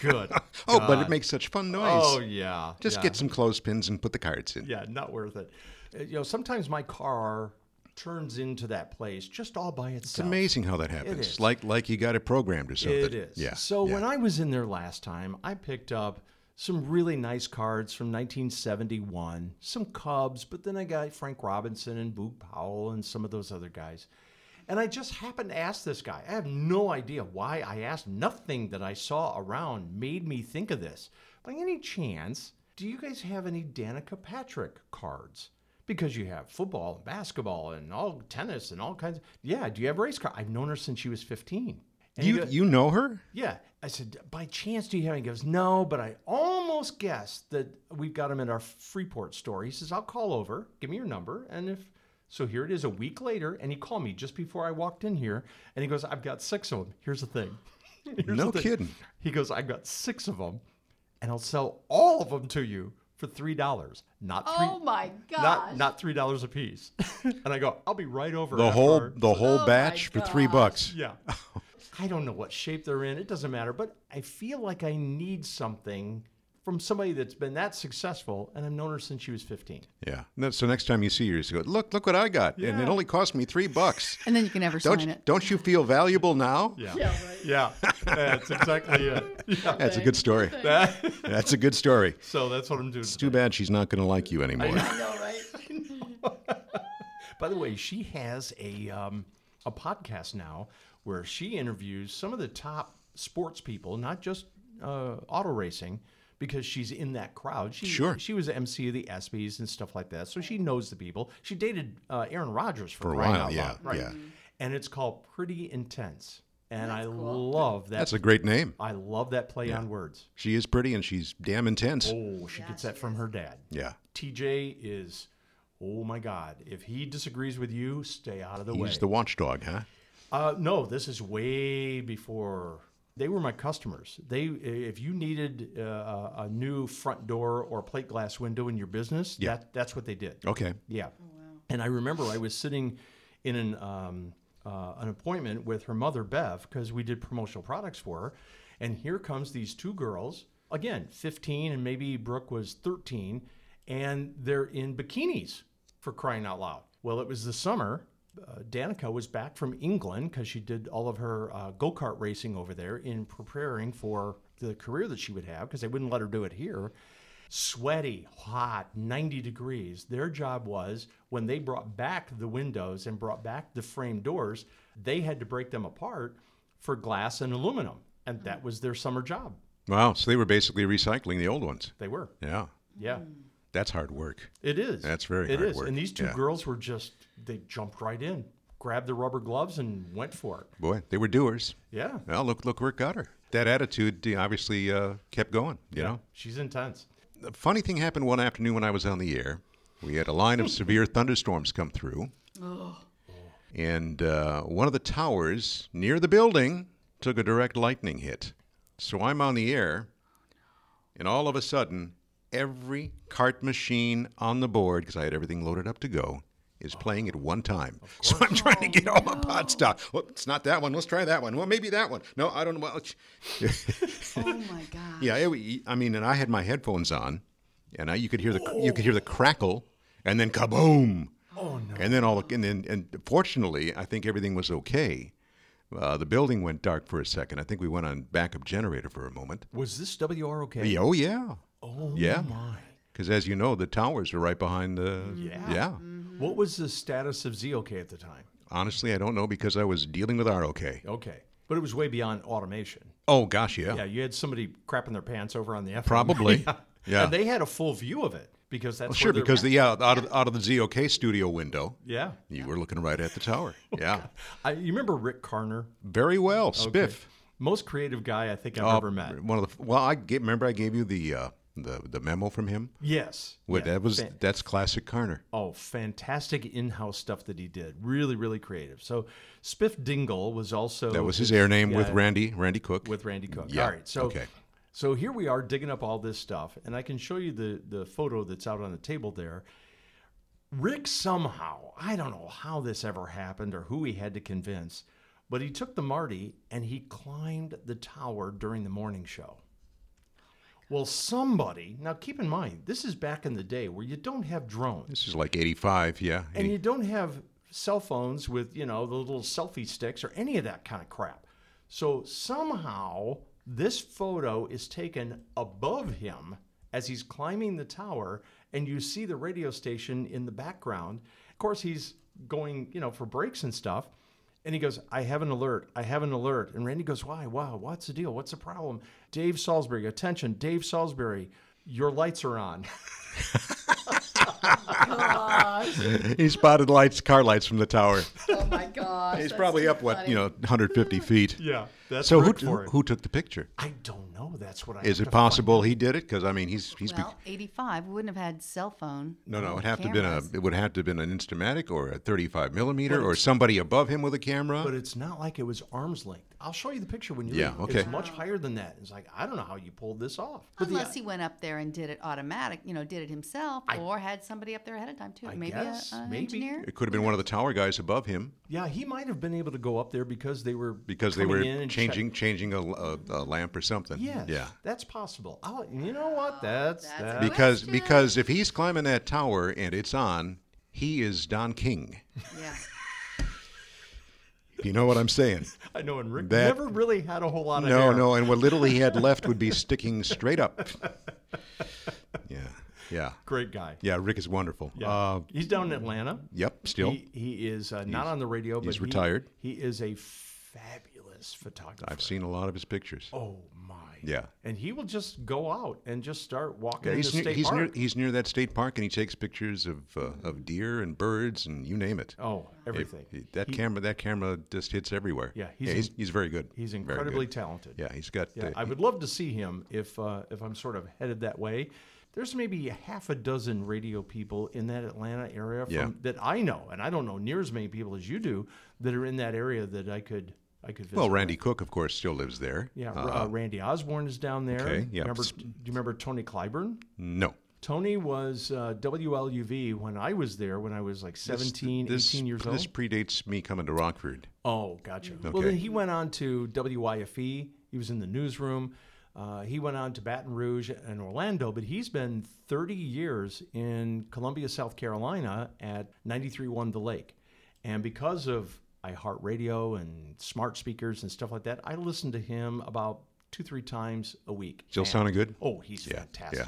Good.
oh, but it
God.
makes such fun noise.
Oh yeah.
Just
yeah.
get some clothespins and put the cards in.
Yeah, not worth it. Uh, You know, sometimes my car turns into that place just all by
It's
itself.
amazing how that happens.
is.
Like like you got it programmed or something.
It is.
Yeah.
So
yeah.
when I was in there last time, I picked up some really nice cards from 1971, some Cubs, but then I got Frank Robinson and Boog Powell and some of those other guys. And I just happened to ask this guy. I have no idea why I asked. Nothing that I saw around made me think of this. By any chance, do you guys have any Danica Patrick cards? Because you have football and basketball and all tennis and all kinds. yeah, do you have race car? I've known her since she was 15. And he
you
goes-
you know her?
yeah. I said, by chance, do you have any? He goes, no, but I almost guessed that we've got him at our Freeport store. He says, I'll call over, give me your number. And if so, here it is a week later. And he called me just before I walked in here. And he goes, I've got six of them. Here's the thing. Here's
No
the thing.
kidding.
He goes, I've got six of them, and I'll sell all of them to you for $3. Not three.
Oh my gosh.
Not not three dollars a piece, and I go. I'll be right over.
The
after
whole
our-
the whole
Oh
my
batch for three
gosh.
bucks.
yeah. I don't know what shape they're in. It doesn't matter. But I feel like I need something from somebody that's been that successful, and I've known her since she was 15.
Yeah. And then- so next time you see her, you just go, look look what I got, and it
Yeah.
only cost me three bucks.
And then you can never
Don't
sign
you-
it.
don't you feel valuable now?
Yeah.
Yeah, right.
Yeah. That's exactly it. Yeah.
That's a good story.
That-
That's a good story.
so that's what I'm doing.
It's too bad she's not going to like you anymore.
I know, right?
By the way, she has a um, a podcast now where she interviews some of the top sports people, not just uh, auto racing, because she's in that crowd. She,
Sure.
She was the MC of the ESPYS and stuff like that, so she knows the people. She dated uh, Aaron Rodgers for,
For a
crying
while,
out
yeah,
loud, right?
yeah.
And it's called Pretty Intense, and I love that.
That's a great name.
I love that play on words.
She is pretty and she's damn intense.
Oh, she gets that from her dad.
Yeah.
TJ is, oh my God! If he disagrees with you, stay out of the way.
He's the watchdog, huh?
Uh, no, this is way before. They were my customers. They, if you needed uh, a, a new front door or plate glass window in your business,
Yeah.
that, that's what they did.
Okay.
Yeah. And I remember I was sitting in an um, uh, an appointment with her mother Bev because we did promotional products for her, and here comes these two girls again, 15 and maybe Brooke was 13, and they're in bikinis for crying out loud. Well, it was the summer. Uh, Danica was back from England because she did all of her uh, go kart racing over there in preparing for the career that she would have because they wouldn't let her do it here sweaty, hot, 90 degrees. Their job was when they brought back the windows and brought back the frame doors, they had to break them apart for glass and aluminum. And that was their summer job.
Wow. So they were basically recycling the old ones.
They were.
Yeah.
Yeah.
That's hard work.
It is.
That's very
It
hard
is.
work.
And these two
Yeah.
girls were just, they jumped right in, grabbed the rubber gloves and went for it.
Boy, they were doers.
Yeah.
Well, look, look where it got her. That attitude uh, obviously uh, kept going. You know,
She's intense.
the funny thing happened one afternoon when I was on the air. We had a line of severe thunderstorms come through, and uh, one of the towers near the building took a direct lightning hit. So I'm on the air, and all of a sudden, every cart machine on the board, because I had everything loaded up to go, is playing at one time. So I'm trying to get all the pot stuff. Well, it's not that one. Let's try that one. Well, maybe that one. No, I don't know. Well,
Oh my God.
yeah, it, wa- I mean, and I had my headphones on, and I, you could hear the you could hear the crackle, and then kaboom! Oh no! And then all the, and then and fortunately, I think everything was okay. Uh, the building went dark for a second. I think we went on backup generator for a moment.
Was this WROK?
Yeah, oh yeah,
Oh,
yeah.
my.
Because as you know, the towers are right behind the
Yeah.
yeah. Mm.
What was the status of ZOK at the time?
Honestly, I don't know because I was dealing with ROK.
Okay. But it was way beyond automation.
Oh gosh, yeah.
Yeah, you had somebody crapping their pants over on the FM.
Probably. Yeah.
And they had a full view of it because
Well,
that's where
sure,
their-
because the yeah, out of out of the ZOK studio window,
yeah.
you were looking right at the tower.
Oh,
Yeah,
I, you remember Rick Carner?
very well, Spiff.
Most creative guy I think I've
Uh,
ever met.
One of the well, I gave, remember I gave you the uh, the the memo from him.
Yes.
What
Yeah.
that was
Fan-
that's classic Carner.
Oh, fantastic in-house stuff that he did. Really, really creative. So Spiff Dingle was also
That was his air name with
yeah.
Randy Randy Cook.
Oh, with Randy Cook.
Yeah,
All right. So
okay.
so here we are digging up all this stuff, and I can show you the the photo that's out on the table there. Rick somehow, I don't know how this ever happened or who he had to convince, but he took the Marty and he climbed the tower during the morning show. Well, somebody, now keep in mind, this is back in the day where you don't have drones.
this is like '85, yeah.
And
80
you don't have cell phones with, you know, the little selfie sticks or any of that kind of crap. So somehow this photo is taken above him as he's climbing the tower and you see the radio station in the background. Of course, he's going, you know, for breaks and stuff. And he goes, I have an alert. I have an alert. And Randy goes, Why? Wow. What's the deal? What's the problem? Dave Salisbury, attention. Dave Salisbury, your lights are on.
he spotted lights, car lights from the tower.
Oh my gosh.
He's
that's
probably
too
up what
funny.
you know, 150 feet.
Yeah. That's
So who,
Rick for it.
who took the picture?
I don't know. That's what I.
Is
have
it
to find
possible he did it? Because I mean, he's he's be-
Well, 85 wouldn't have had cell phone.
no no.
or
It have to been a
cameras.
it would have to have been an Instamatic or a 35 millimeter or somebody above him with a camera.
But it's not like it was arm's length. I'll show you the picture when you
Yeah,
leave.
okay.
It's much higher than that. It's like I don't know how you pulled this off. But
uh,
Unless he went up there and did it automatic, you know, did it himself or had somebody up there ahead of time too.
I
maybe
guess,
a, an
maybe.
engineer.
It could have been one of the tower guys above him
yeah, he might have been able to go up there because they were
because they
coming
were
in and check-
changing changing a, a, a lamp or something.
Yes,
Yeah.
that's possible. I'll, you know what? That's,
that's
that-
a good-
Because
Question.
because if he's climbing that tower and it's on, he is Don King.
Yeah.
If you know what I'm saying.
I know, and Rick
that-
never really had a whole lot of
no,
hair.
no, and what little he had left would be sticking straight up. Yeah. Yeah.
Great guy.
Yeah, Rick is wonderful.
Yeah.
Uh,
he's down in Atlanta.
yep, still.
He, he is uh, not on the radio, but
he's
he-
retired.
He is a fabulous photographer.
I've seen a lot of his pictures.
Oh my!
Yeah.
and he will just go out and just start walking.
Yeah,
in
he's
the
near,
state
he's,
park.
near, he's near that state park and he takes pictures of uh, of deer and birds and you name it.
Oh,
If-
everything.
that camera, that camera just hits everywhere.
Yeah,
he's
he's
he's,
in-
very good.
He's
Very good.
incredibly talented.
Yeah, he's got.
Yeah,
uh,
I would love to see him if uh, if I'm sort of headed that way. There's maybe a half a dozen radio people in that Atlanta area from,
Yeah.
that I know, and I don't know near as many people as you do that are in that area that I could I could visit.
well, Randy Cook, of course, still lives there.
yeah, Ra- uh, Randy Osborne is down there.
okay, yeah.
Remember, do you remember Tony Clyburn?
No.
Tony was uh, WLUV when I was there when I was like 17,
this,
18 years
This
old.
predates me coming to Rockford.
Oh, gotcha. Well,
Mm-hmm. Okay.
then he went on to WYFE. E. He was in the newsroom. Uh, he went on to Baton Rouge and Orlando, but he's been 30 years in Columbia, South Carolina at 93.1 The Lake. And because of iHeartRadio and smart speakers and stuff like that, I listen to him about two, three times a week.
Still
And-
sounding good?
Oh, he's fantastic.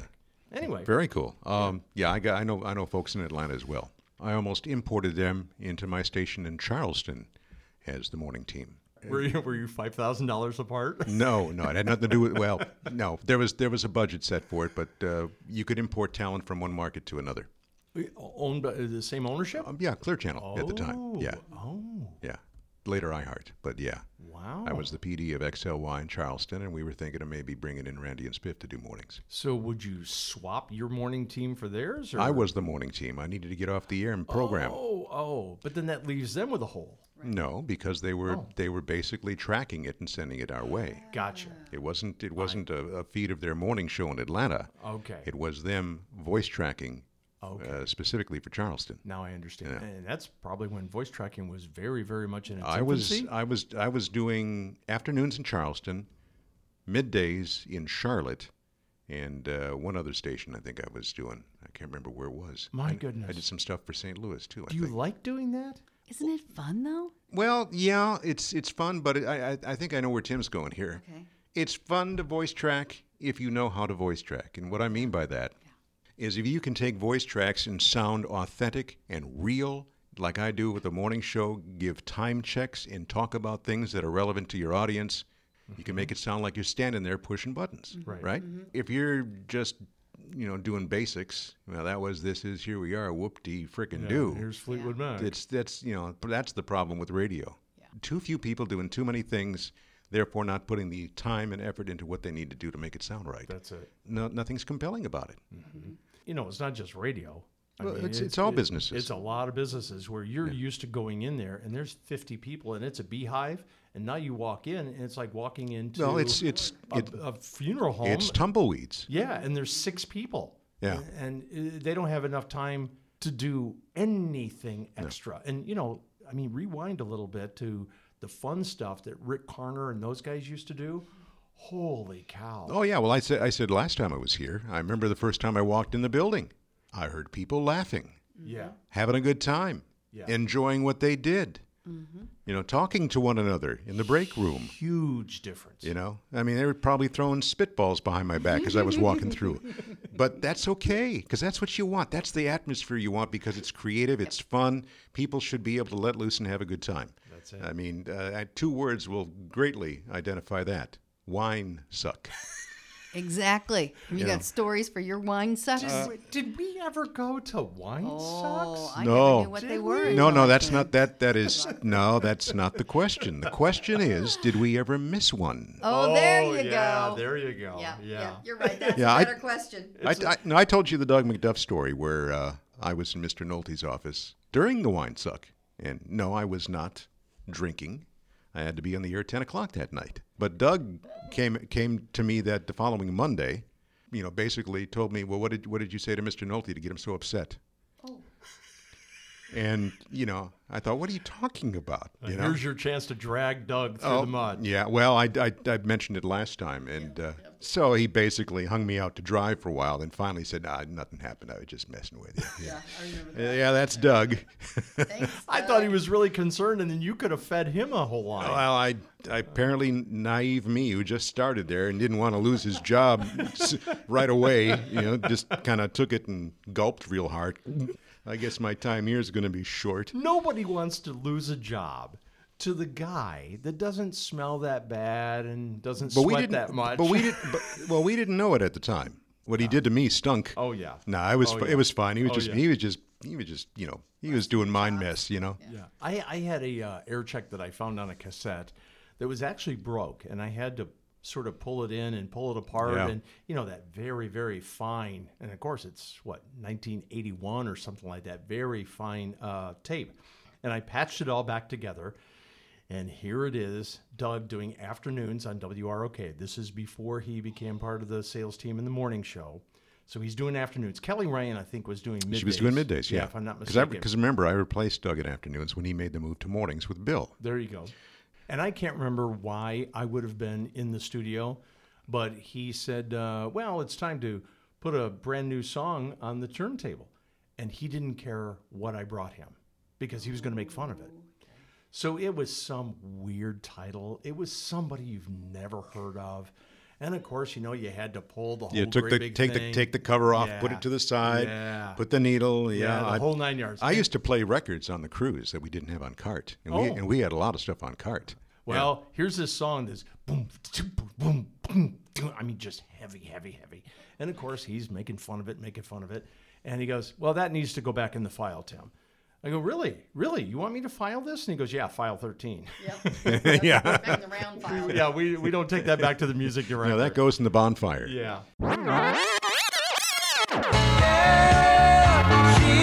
Anyway,
Very cool. Um, yeah, I got. I know. I know folks in Atlanta as well. I almost imported them into my station in Charleston as the morning team.
were you, were you $5,000 apart?
No, no, it had nothing to do with. Well, no, there was there was a budget set for it, but uh, you could import talent from one market to another.
Owned by uh, the same ownership?
Um, yeah, Clear Channel at the time. Yeah,
Oh, Hmm.
yeah. Later iHeart, but yeah,
wow.
I was the PD of XLY in Charleston, and we were thinking of maybe bringing in Randy and Spiff to do mornings.
So would you swap your morning team for theirs? Or?
I was the morning team. I needed to get off the air and program.
Oh, oh, but then that leaves them with a hole.
No, because they were
Oh.
they were basically tracking it and sending it our way.
Gotcha.
It wasn't it wasn't a, a feed of their morning show in Atlanta.
Okay.
It was them voice tracking
Okay.
uh, specifically for Charleston.
Now I understand. And that's probably when voice tracking was very, very much in its
I was uh,
infancy.
I was I was doing afternoons in Charleston, middays in Charlotte, and uh, one other station I think I was doing. I can't remember where it was.
My
I
goodness.
did some stuff for St. Louis too. I
Do you
think.
like doing that?
Isn't it fun though?
well, yeah, it's it's fun, but I, I I think I know where Tim's going here.
Okay.
It's fun to voice track if you know how to voice track, and what I mean by that is if you can take voice tracks and sound authentic and real, like I do with the morning show, give time checks and talk about things that are relevant to your audience. You can make it sound like you're standing there pushing buttons,
Right.
If you're just, you know, doing basics, well, that was this is here we are, whoop de frickin' do.
Uh, Here's Fleetwood Mac.
It's that's you know that's the problem with radio. Too few people doing too many things, therefore not putting the time and effort into what they need to do to make it sound right.
That's it.
No, nothing's compelling about it.
You know, it's not just radio. I
Well,
mean,
it's- it's all
it-
businesses.
It's a lot of businesses where you're used to going in there and there's 50 people and it's a beehive. And now you walk in and it's like walking into
Well, it's it's
a,
it,
a funeral home.
it's tumbleweeds.
Yeah, and there's six people.
Yeah.
And, and, uh, they don't have enough time to do anything extra. And, you know, I mean, rewind a little bit to the fun stuff that Rick Carner and those guys used to do. Holy cow.
Oh yeah, well I said I said last time I was here. I remember the first time I walked in the building. I heard people laughing,
Yeah.
having a good time,
Yeah. Mm-hmm.
enjoying what they did. You know, talking to one another in the break room.
Huge difference.
You know, I mean, they were probably throwing spitballs behind my back as I was walking through. But that's okay because that's what you want. That's the atmosphere you want because it's creative, it's fun. People should be able to let loose and have a good time. That's it. I mean, uh, I- two words will greatly identify that wine suck.
Exactly. You
Yeah. Uh,
got stories for your wine suckers?
Wait, Did we ever go to wine
oh,
socks?
I
No.
never knew what they were.
No,
until I
no, that's
came.
not that. That is, no, that's not the question. The question is, did we ever miss one?
Oh, there you
yeah,
go.
There you go.
yeah,
Yeah.
yeah, you're right. That's
Yeah,
a
I-
better question.
I, I, no, I told you the Doug McDuff story where uh, I was in Mr. Nolte's office during the wine suck. And no, I was not drinking. I had to be on the air at 10 o'clock that night. But Doug came, came to me that the following Monday, you know, basically told me, well, what did, what did you say to Mr. Nolte to get him so upset? And, you know, I thought, what are you talking about? You know?
Here's your chance to drag Doug through the mud.
Yeah, well, I, I, I mentioned it last time, and uh, so he basically hung me out to dry for a while, then finally said, "Nah, nothing happened. I was just messing with you."
Yeah, I remember that.
yeah, that's Doug.
Thanks.
I thought he was really concerned, and then you could have fed him a whole line.
well, I, I apparently naive me who just started there and didn't want to lose his job s- right away. You know, just kind of took it and gulped real hard. I guess my time here is going to be short.
Nobody wants to lose a job to the guy that doesn't smell that bad and doesn't
But
sweat
we didn't.
that much.
But we did. But, well, we didn't know it at the time. What he did to me stunk.
Oh yeah.
No, I was.
Oh,
fi-
yeah.
It was fine. He was
Oh,
just.
yeah.
He was just. He was just. You know. He was doing mind mess. You know.
Yeah. I, I had a uh, air check that I found on a cassette that was actually broke, and I had to sort of pull it in and pull it apart,
Yeah.
and you know that very very fine, and of course it's what 1981 or something like that, very fine uh, tape, and I patched it all back together. And here it is, Doug doing afternoons on WROK. This is before he became part of the sales team in the morning show. So he's doing afternoons. Kelly Ryan, I think, was doing middays.
She was doing middays. Yeah.
if I'm not
Because I,
mistaken.
because remember, I replaced Doug in afternoons when he made the move to mornings with Bill.
There you go. And I can't remember why I would have been in the studio, but he said, uh, well, it's time to put a brand new song on the turntable. And he didn't care what I brought him because he was going to make fun of it. So it was some weird title. It was somebody you've never heard of. And of course, you know, you had to pull the whole
You took
great
the
big
take
thing.
the take the cover off, put
Yeah.
it to the side,
Yeah.
put the needle. Yeah.
the
I,
whole nine yards.
I used to play records on the cruise that we didn't have on cart, and we
Oh.
and we had a lot of stuff on cart.
Well, here's this song that's boom, t- boom, boom, boom. t- I mean, just heavy, heavy, heavy. And of course, he's making fun of it, making fun of it. And he goes, Well, that needs to go back in the file, Tim. I go, Really? Really? You want me to file this? And he goes, Yeah, file 13.
Yep. Yep.
Yeah.
Back in the round file.
yeah, we, we don't take that back to the music director.
Now that goes in the bonfire.
yeah.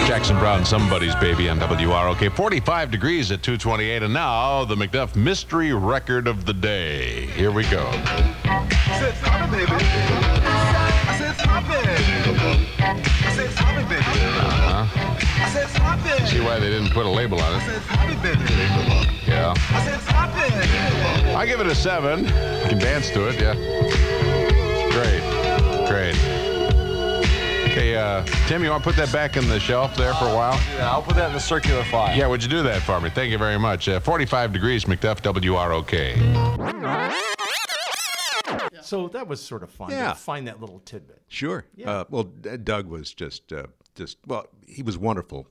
Jackson Brown, somebody's baby on WROK. 45 degrees at 228, and now the McDuff mystery record of the day. Here we go.
Say it's my baby. I said it's my baby. I said it's my baby. I said it's my baby.
See why they didn't put a label on
I
it?
said it's my baby.
Yeah.
I said it's my baby.
I give it a seven. You can dance to it, yeah. Great. Great. Hey, uh, Tim, you want to put that back in the shelf there for a while?
Uh, Yeah, I'll put that in the circular file.
Yeah, would you do that for me? Thank you very much. Uh, 45 degrees, McDuff, WROK.
So that was sort of fun
Yeah.
to find that little tidbit.
Sure. Uh, well, D- Doug was just, uh, just well, he was wonderful.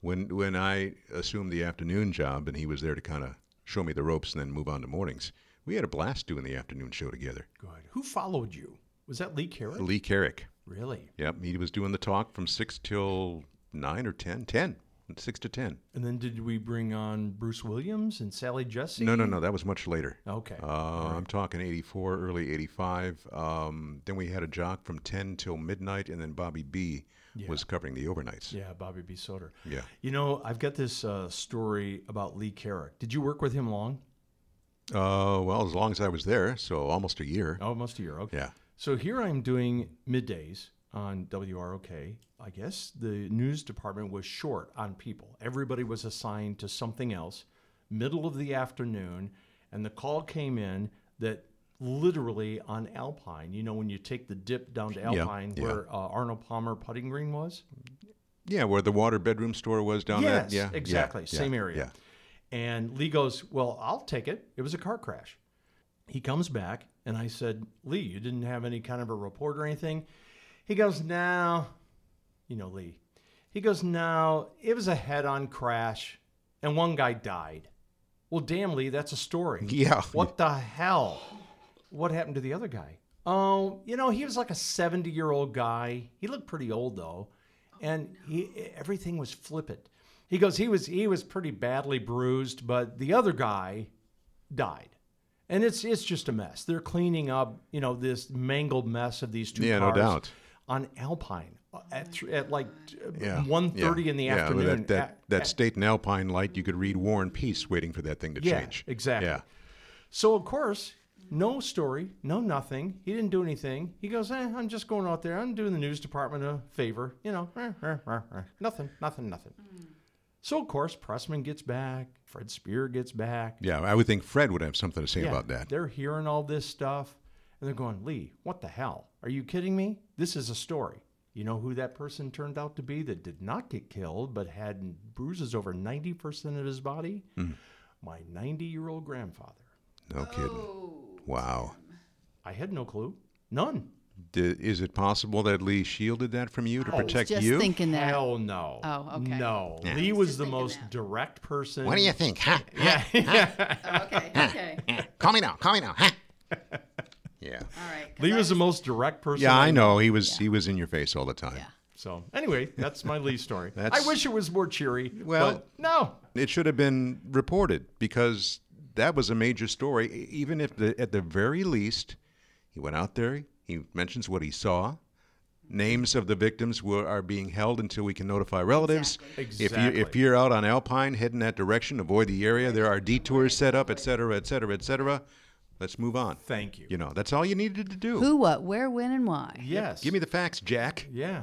When when I assumed the afternoon job and he was there to kind of show me the ropes and then move on to mornings, we had a blast doing the afternoon show together.
Good. Who followed you? Was that Lee Carrick?
Lee Carrick.
Really?
Yep, he was doing the talk from 6 till 9 or 10. 10. 6 to 10.
And then did we bring on Bruce Williams and Sally Jesse?
No, no, no. That was much later.
Okay.
Uh, I'm talking 84, early 85. Um, then we had a jock from 10 till midnight, and then Bobby B was covering the overnights.
yeah, Bobby B. Soder.
Yeah.
You know, I've got this uh, story about Lee Carrick. Did you work with him long?
Uh, well, as long as I was there, so almost a year.
Almost a year. Okay.
Yeah.
So here I'm doing middays on WROK. I guess the news department was short on people. Everybody was assigned to something else, middle of the afternoon, and the call came in that literally on Alpine, you know, when you take the dip down to
Yeah,
Alpine
yeah.
where uh, Arnold Palmer putting green was?
Yeah, where the water bedroom store was down
yes,
there. Yeah, yeah,
exactly.
yeah,
Same area.
Yeah.
And Lee goes, Well, I'll take it. It was a car crash. He comes back, and I said, Lee, you didn't have any kind of a report or anything? He goes, No. You know, Lee. He goes, No, it was a head on crash, and one guy died. Well, damn, Lee, that's a story.
Yeah.
What the hell? What happened to the other guy? Oh, you know, he was like a 70 year old guy. He looked pretty old though. And he, everything was flippant. He goes, he was he was pretty badly bruised, but the other guy died. And it's it's just a mess. They're cleaning up, you know, this mangled mess of these two
Yeah, no
cars
doubt.
on Alpine uh, at, th- at like
Yeah.
1.30
yeah,
in the
yeah, with That,
afternoon.
that,
At-
that
at-
state and alpine light, you could read War and Peace waiting for that thing to
Yeah,
change.
exactly.
Yeah.
So of course, no story, no nothing. He didn't do anything. He goes, eh, I'm just going out there. I'm doing the news department a favor. You know, eh, eh, eh, eh. nothing, nothing, nothing. So of course, Pressman gets back. Fred Spear gets back.
Yeah, I would think Fred would have something to say about that.
They're hearing all this stuff, and they're going, Lee, what the hell? Are you kidding me? This is a story. You know who that person turned out to be that did not get killed but had bruises over 90% of his body?
Mm.
My 90 year old grandfather.
No
Oh.
kidding. Wow.
I had no clue. None.
D- is it possible that Lee shielded that from you to protect
Just
you?
thinking that.
Hell no.
Oh, okay.
No. Lee was the
thinking
most
that.
direct person.
What do you think, huh?
Yeah.
Oh, okay, okay.
Eh, Call me now. Call me now, huh? yeah.
All right. 'cause
Lee
I
was the most direct person.
Yeah, I know. He was he was in your face all the time.
So anyway, that's my Lee story.
That's-
I wish it was more cheery.
Well-
but no.
It should have been reported because that was a major story. E- Even if the, at the very least, he went out there. He mentions what he saw. Names of the victims were, are being held until we can notify relatives. If you if
Exactly.
you're out on Alpine, head in that direction. Avoid the area. There are detours set up, et cetera, et cetera, et cetera. Let's move on.
Thank you.
You know, that's all you needed to do.
Who, what, where, when, and why.
Yes.
Give me the facts, Jack.
Yeah.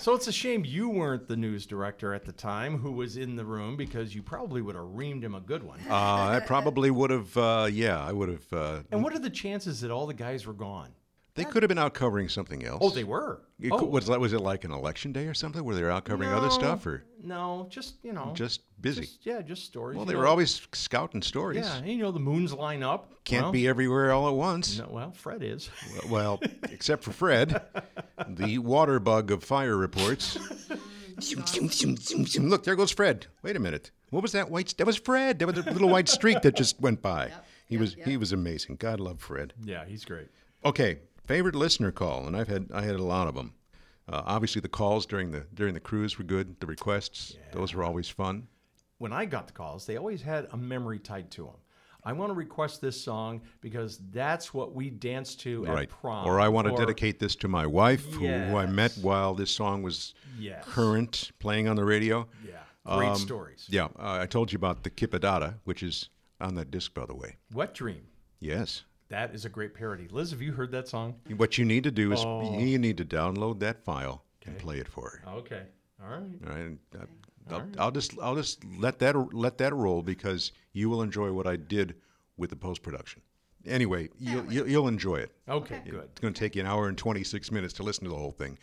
so it's a shame you weren't the news director at the time who was in the room because you probably would have reamed him a good one.
Uh, I probably would have. Uh, yeah, I would have. Uh,
and what are the chances that all the guys were gone?
they could have been out covering something else.
Oh, they were.
It
oh,
cou- was like- was it like an election day or something? Were they out covering other
No.
stuff or
No, just you know,
just busy?
just- yeah, just stories.
well,
you
they
know.
were always scouting stories.
Yeah, and you know the moons line up.
Can't
Well,
be everywhere all at once.
No, well, Fred is.
Well, except for Fred, the water bug of fire reports. Zoom, zoom, zoom, zoom, zoom. Look, there goes Fred. Wait a minute. What was that white? That was Fred. That was a little white streak that just went by. he was he was amazing. God love Fred.
yeah, he's great.
Okay, favorite listener call, and I've had I had a lot of them. Uh, obviously, the calls during the during the cruise were good. The requests, those were always fun.
When I got the calls, they always had a memory tied to them. I want to request this song because that's what we danced to at
right.
prom.
Or I want to dedicate this to my wife, who I met
Yes.
while this song was
Yes.
current, playing on the radio.
Yeah, great
Um,
stories.
Yeah, uh, I told you about the Kipadada, which is on that disc, by the way.
Wet Dream.
Yes.
That is a great parody. Liz, have you heard that song?
What you need to do is
Oh.
you need to download that file and play it for her.
Okay. All right.
All right. and, uh, I'll, I'll just I'll just let that let that roll because you will enjoy what I did with the post production. Anyway, you'll, you'll you'll enjoy it.
Okay, good.
It's going to take you an hour and twenty six minutes to listen to the whole thing,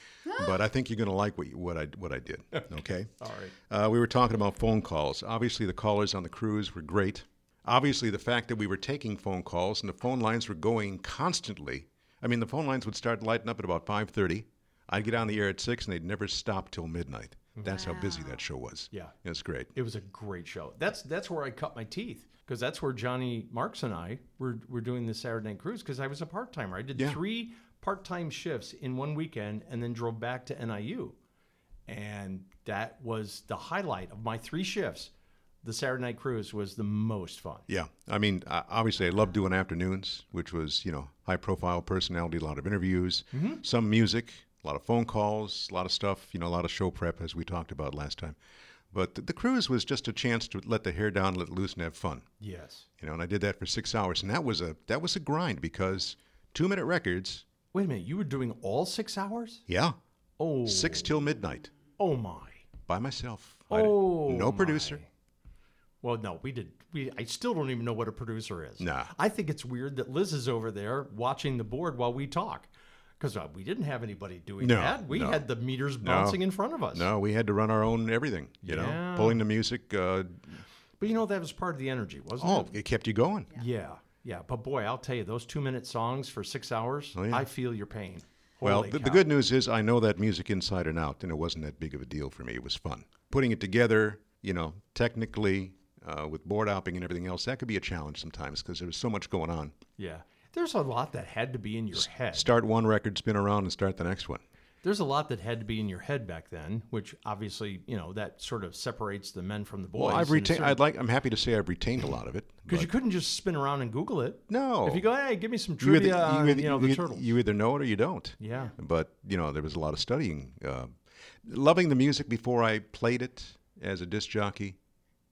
but I think you're going to like what you, what I what I did. Ah. Okay. All right. Uh, we were talking about phone calls. Obviously, the callers on the cruise were great. Obviously, the fact that we were taking phone calls and the phone lines were going constantly. I mean, the phone lines would start lighting up at about five thirty. I'd get on the air at six, and they'd never stop till midnight. That's how busy that show was.
Yeah.
It's great.
It was a great show. That's that's where I cut my teeth because that's where Johnny Marks and I were were doing the Saturday Night Cruise because I was a part timer. I did
Yeah.
three part time shifts in one weekend and then drove back to NIU, and that was the highlight of my three shifts. The Saturday Night Cruise was the most fun.
Yeah, I mean, I- obviously, I love doing afternoons, which was you know high profile personality, a lot of interviews,
Mm-hmm.
some music, a lot of phone calls, a lot of stuff, you know, a lot of show prep as we talked about last time. But the, the cruise was just a chance to let the hair down, let loose, and have fun.
Yes.
You know, and I did that for six hours, and that was a that was a grind because two minute records,
Wait a minute, you were doing all six hours?
yeah,
Oh,
six till midnight
Oh my.
by myself. I-
Oh,
no producer.
my. Well, no, we did. We I still don't even know what a producer is.
Nah.
I think it's weird that Liz is over there watching the board while we talk, because uh, we didn't have anybody doing
No,
that. We
no.
had the meters bouncing in front of us.
No, we had to run our own everything. You
Yeah.
know, pulling the music. Uh,
But you know that was part of the energy, wasn't
oh,
it?
it kept you going.
Yeah, yeah. But boy, I'll tell you, those two-minute songs for six hours,
Oh, yeah.
I feel your pain.
Well,
Holy
the, the
cow.
good news is I know that music inside and out, and it wasn't that big of a deal for me. It was fun. Putting it together, you know, technically, uh, with board hopping and everything else, that could be a challenge sometimes because there was so much going on.
Yeah, there's a lot that had to be in your head.
Start one record, spin around, and start the next one.
There's a lot that had to be in your head back then, which obviously, you know, that sort of separates the men from the boys.
Well, I've retained. I'd like. I'm happy to say I've retained a lot of it.
because you
but
couldn't just spin around and Google it.
No.
If you go, hey, give me some
you
trivia,
either-
on, you, know, the
you-
turtles.
you either know it or you don't.
yeah.
But you know, there was a lot of studying. Uh, loving the music before I played it as a disc jockey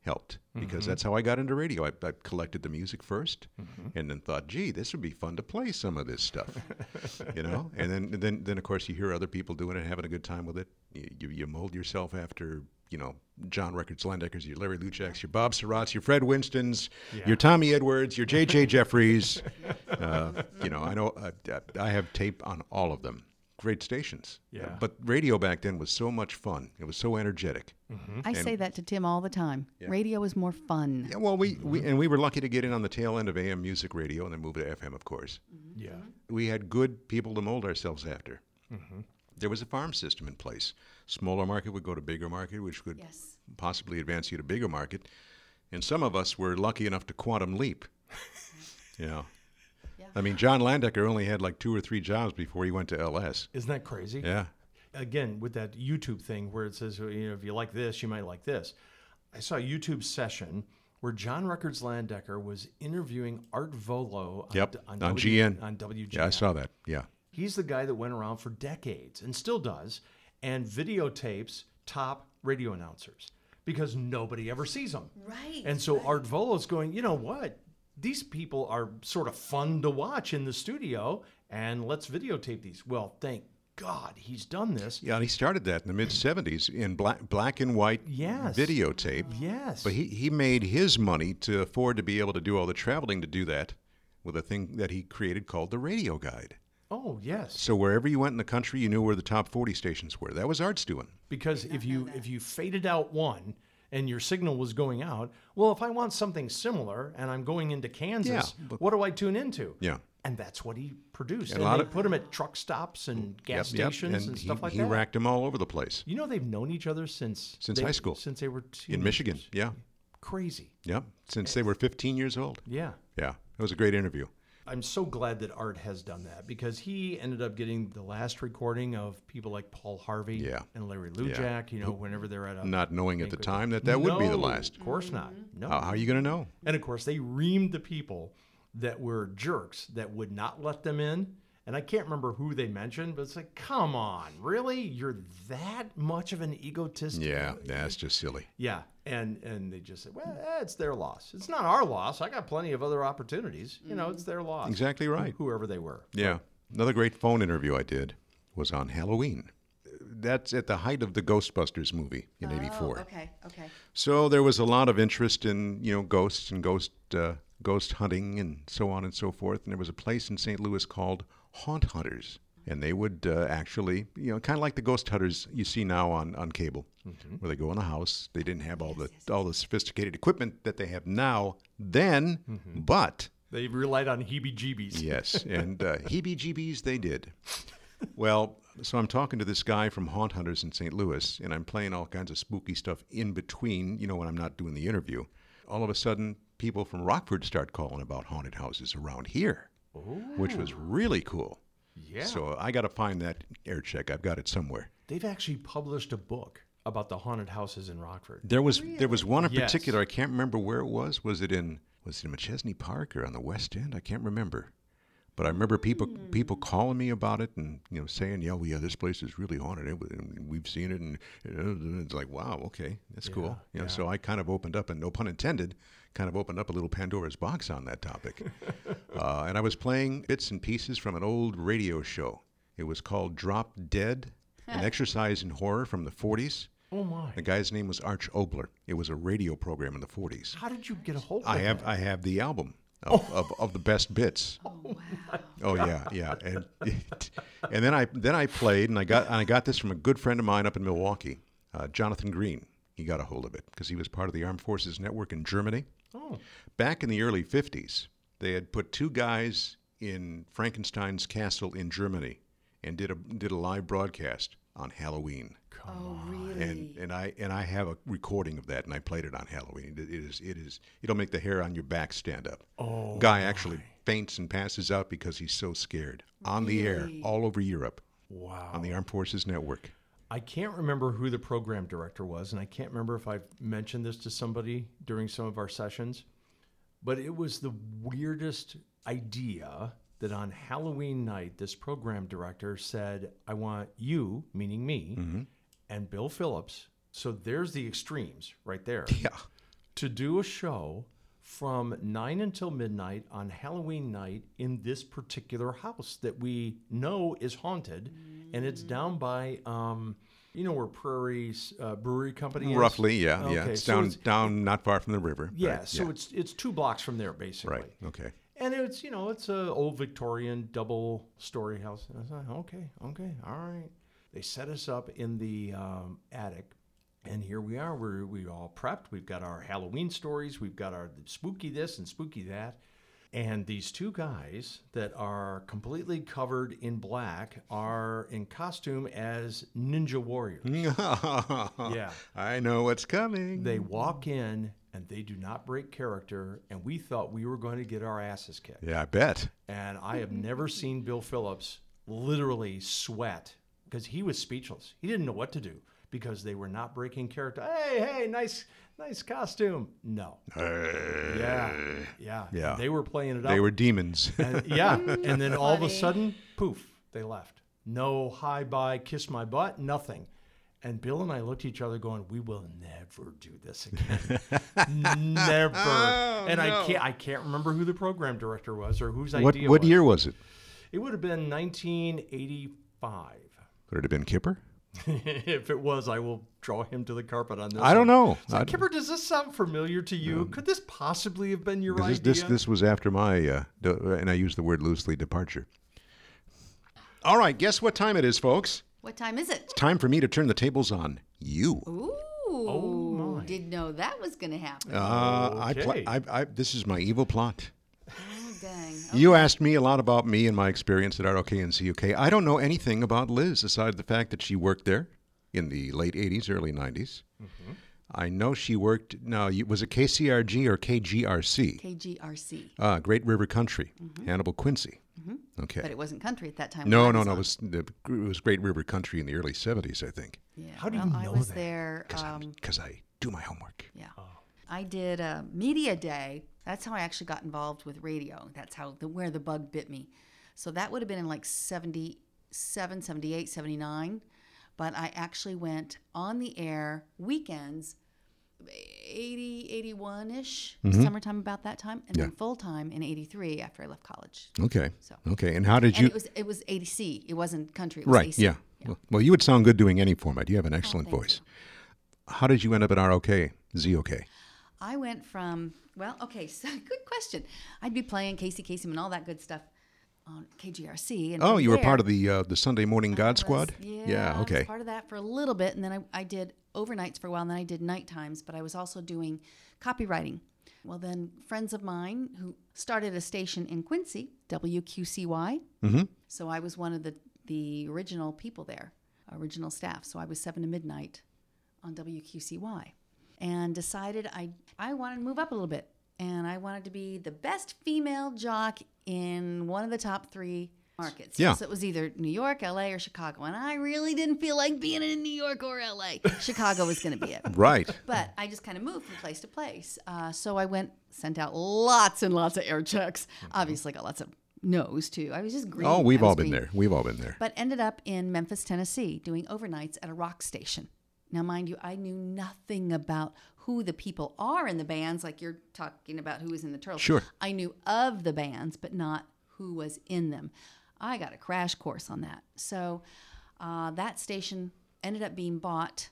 helped because that's how I got into radio. I, I collected the music 1st and then thought, "Gee, this would be fun to play some of this stuff," you know. And then, and then, then of course, you hear other people doing it, having a good time with it. You, you, you mold yourself after. You know, John Records, Landecker's, your Larry Luchak's, your Bob Surratt's, your Fred Winston's, your Tommy Edwards, your J.J. Jeffries. Uh, you know, I know I, I I have tape on all of them. Great stations.
Yeah.
But radio back then was so much fun. It was so energetic.
I say that to Tim all the time. Radio is more fun.
Yeah, well, we, we and we were lucky to get in on the tail end of AM music radio and then move to FM, of course.
Yeah.
We had good people to mold ourselves after. There was a farm system in place. Smaller market would go to bigger market, which could
Yes.
possibly advance you to bigger market. And some of us were lucky enough to quantum leap. you know. I mean, John Landecker only had like two or three jobs before he went to LS.
Isn't that crazy?
Yeah.
Again, with that YouTube thing where it says, you know, if you like this, you might like this. I saw a YouTube session where John Records Landecker was interviewing Art Volo on,
Yep.
on,
On,
W-
GN.
On WGN.
Yeah, I saw that. Yeah.
He's the guy that went around for decades and still does and videotapes top radio announcers because nobody ever sees them.
Right.
And so Art Volo's going, you know what? These people are sort of fun to watch in the studio and let's videotape these. Well, thank God he's done this.
Yeah, and he started that in the mid 70s in black, black and white
Yes.
videotape.
Yes.
But he, he made his money to afford to be able to do all the traveling to do that with a thing that he created called the Radio Guide.
oh, yes.
So wherever you went in the country, you knew where the top 40 stations were. That was Art's doing.
Because if you if you faded out one and your signal was going out, well, if I want something similar and I'm going into Kansas,
Yeah, but-
what do I tune into?
Yeah.
And that's what he produced.
A
And
lot
they
of-
put him at truck stops and gas
Yep, yep.
stations and,
he,
stuff like
he
that.
racked them all over the place
you know they've known each other since
Since
they-
high school.
Since they were two
in Michigan. Yeah.
Crazy.
Yeah. Since they were 15 years old.
Yeah.
Yeah. It was a great interview.
I'm so glad that Art has done that because he ended up getting the last recording of people like Paul Harvey
Yeah.
and Larry Lujak, you know, whenever they're at a
Not knowing at the time that that would be the
No,
last. Uh,
Of course not. No.
How, how are you going to know?
And of course, they reamed the people that were jerks that would not let them in. And I can't remember who they mentioned, but it's like, come on, really? You're that much of an egotist?
Yeah. That's just silly.
Yeah. And and they just said, well, eh, it's their loss. It's not our loss. I got plenty of other opportunities. You know, it's their loss.
Mm. Exactly right.
Whoever they were.
Yeah. Another great phone interview I did was on Halloween. That's at the height of the Ghostbusters movie in '84.
Okay. Okay.
So there was a lot of interest in you know ghosts and ghost uh, ghost hunting and so on and so forth. And there was a place in St. Louis called Haunt Hunters, and they would uh, actually you know kind of like the ghost hunters you see now on on cable, where they go in the house. They didn't have all the all the sophisticated equipment that they have now then, but
They relied on heebie jeebies.
Yes, and uh, heebie-jeebies they did. Well, So I'm talking to this guy from Haunt Hunters in St. Louis, and I'm playing all kinds of spooky stuff in between, you know, when I'm not doing the interview. All of a sudden, people from Rockford start calling about haunted houses around here, which was really cool.
Yeah.
So I got to find that air check. I've got it somewhere.
They've actually published a book about the haunted houses in Rockford.
There was there was one in
Yes.
particular. I can't remember where it was. Was it in was it in McChesney Park or on the West End? I can't remember. But I remember people people calling me about it and you know saying, "Yeah, well, yeah, this place is really haunted. It, was- and we've seen it." And you know, it's like, "Wow, okay, that's cool." You know, so I kind of opened up, and no pun intended, kind of opened up a little Pandora's box on that topic. uh, and I was playing bits and pieces from an old radio show. It was called Drop Dead, an exercise in horror from the 40s.
Oh my!
The guy's name was Arch Obler. It was a radio program in the 40s.
How did you get a hold of
I have I have the album of, of, of the best bits. Oh, yeah, yeah. And and then I then I played and I got and I got this from a good friend of mine up in Milwaukee, uh, Jonathan Green. He got a hold of it because he was part of the Armed Forces Network in Germany.
Oh.
Back in the early 50s, they had put two guys in Frankenstein's castle in Germany and did a did a live broadcast on Halloween
Oh, really?
and and I and I have a recording of that, and I played it on Halloween. It it is it is it'll make the hair on your back stand up. Oh, guy actually faints and passes out because he's so scared on the air all over Europe
Wow.
on the Armed Forces Network.
I can't remember who the program director was, and I can't remember if I've mentioned this to somebody during some of our sessions, but it was the weirdest idea that on Halloween night, this program director said, I want you, meaning me, and Bill Phillips. So there's the extremes right there.
Yeah,
To do a show from nine until midnight on Halloween night in this particular house that we know is haunted, and it's down
Mm.
by, um, you know, where Prairie uh, Brewery Company is.
roughly. Yeah, yeah.
Okay,
It's
so
down
it's-
down not far from the river.
yeah,
right,
so it's it's two blocks from there basically.
right. Okay.
And it's you know it's a old Victorian double story house. And I was like, okay, okay, all right. They set us up in the um, attic, and here we are. We're we all prepped. We've got our Halloween stories. We've got our spooky this and spooky that. And these two guys that are completely covered in black are in costume as ninja warriors.
Hmm. yeah. I know what's coming.
They walk in and they do not break character, and we thought we were going to get our asses kicked.
yeah, I bet.
And I have never seen Bill Phillips literally sweat because he was speechless. He didn't know what to do because they were not breaking character. Hey, hey, nice, nice costume. No. Yeah. Yeah.
Yeah.
They were playing it up.
Uh, They were demons.
And- yeah. And then all of a sudden, poof, they left. No hi, bye, kiss my butt, nothing. And Bill and I looked at each other going, we will never do this again. never. and I can't I can't remember who the program director was or whose
what
idea
what
was.
year was it?
It would have been 1985.
Could it have been Kipper?
if it was, I will draw him to the carpet on this.
I don't
one.
know.
So,
I-
Kipper, does this sound familiar to you? Could this possibly have been your
This, is-
idea?
this this was after my uh, de- and I use the word loosely departure. All right, guess what time it is, folks?
What time is it?
Time for me to turn the tables on you.
Ooh.
my.
Didn't know that was going to happen.
Uh, I, pla-
Okay.
I, I this is my evil plot.
oh, dang.
You asked me a lot about me and my experience at RLK and CUK. I don't know anything about Liz aside the fact that she worked there in the late '80s, early '90s.
Mm-hmm.
I know she worked. Now, you- was it KCRG or KGRC?
KGRC.
Ah, Great River Country,
Mm-hmm.
Hannibal Quincy. Okay.
But it wasn't country at that time. when I
No, no,
was
no. It
on.
was, the, it was Great River Country in the early 70s, I think.
Yeah,
How do you
well, I
know
was
that?
there. Um,
Because I do my homework.
yeah. I did a media day. That's how I actually got involved with radio. That's how the where the bug bit me. So that would have been in like 77, 78, 79. But I actually went on the air weekends, 80, 81 ish,
Mm-hmm.
summertime about that time, and then full time in 83 after I left college.
Okay.
So-
Okay. And how did
And
you.
it was it was ADC. It wasn't country. It was
right.
AC.
Yeah. Well- Well, you would sound good doing any format. You
Oh,
have an excellent voice. How did you end up at ROK, ZOK?
I went from well, okay, so good question. I'd be playing Casey Kasem and all that good stuff on KGRC. And
Oh,
from
you were
there,
part of the uh, the Sunday Morning
I
God
was-
Squad?
Yeah, I was
okay.
part of that for a little bit, and then I, I did overnights for a while, and then I did night times. But I was also doing copywriting. Well, then friends of mine who started a station in Quincy, WQCY. Mm-hmm. So I was one of the the original people there, original staff. So I was seven to midnight on WQCY and decided I, I wanted to move up a little bit and I wanted to be the best female jock in one of the top three markets.
Yeah.
So it was either New York, LA, or Chicago. And I really didn't feel like being in New York or LA. Chicago was going to be it.
Right.
But I just kind of moved from place to place. Uh, so I went, sent out lots and lots of air checks. Obviously, got lots of no's too. I was just green.
Mm-hmm. Oh, we've
I was
all been
green.
there. We've all been there.
But ended up in Memphis, Tennessee, doing overnights at a rock station. Now, mind you, I knew nothing about who the people are in the bands, like you're talking about who was in the Turtles.
Sure.
I knew of the bands, but not who was in them. I got a crash course on that. So uh, that station ended up being bought,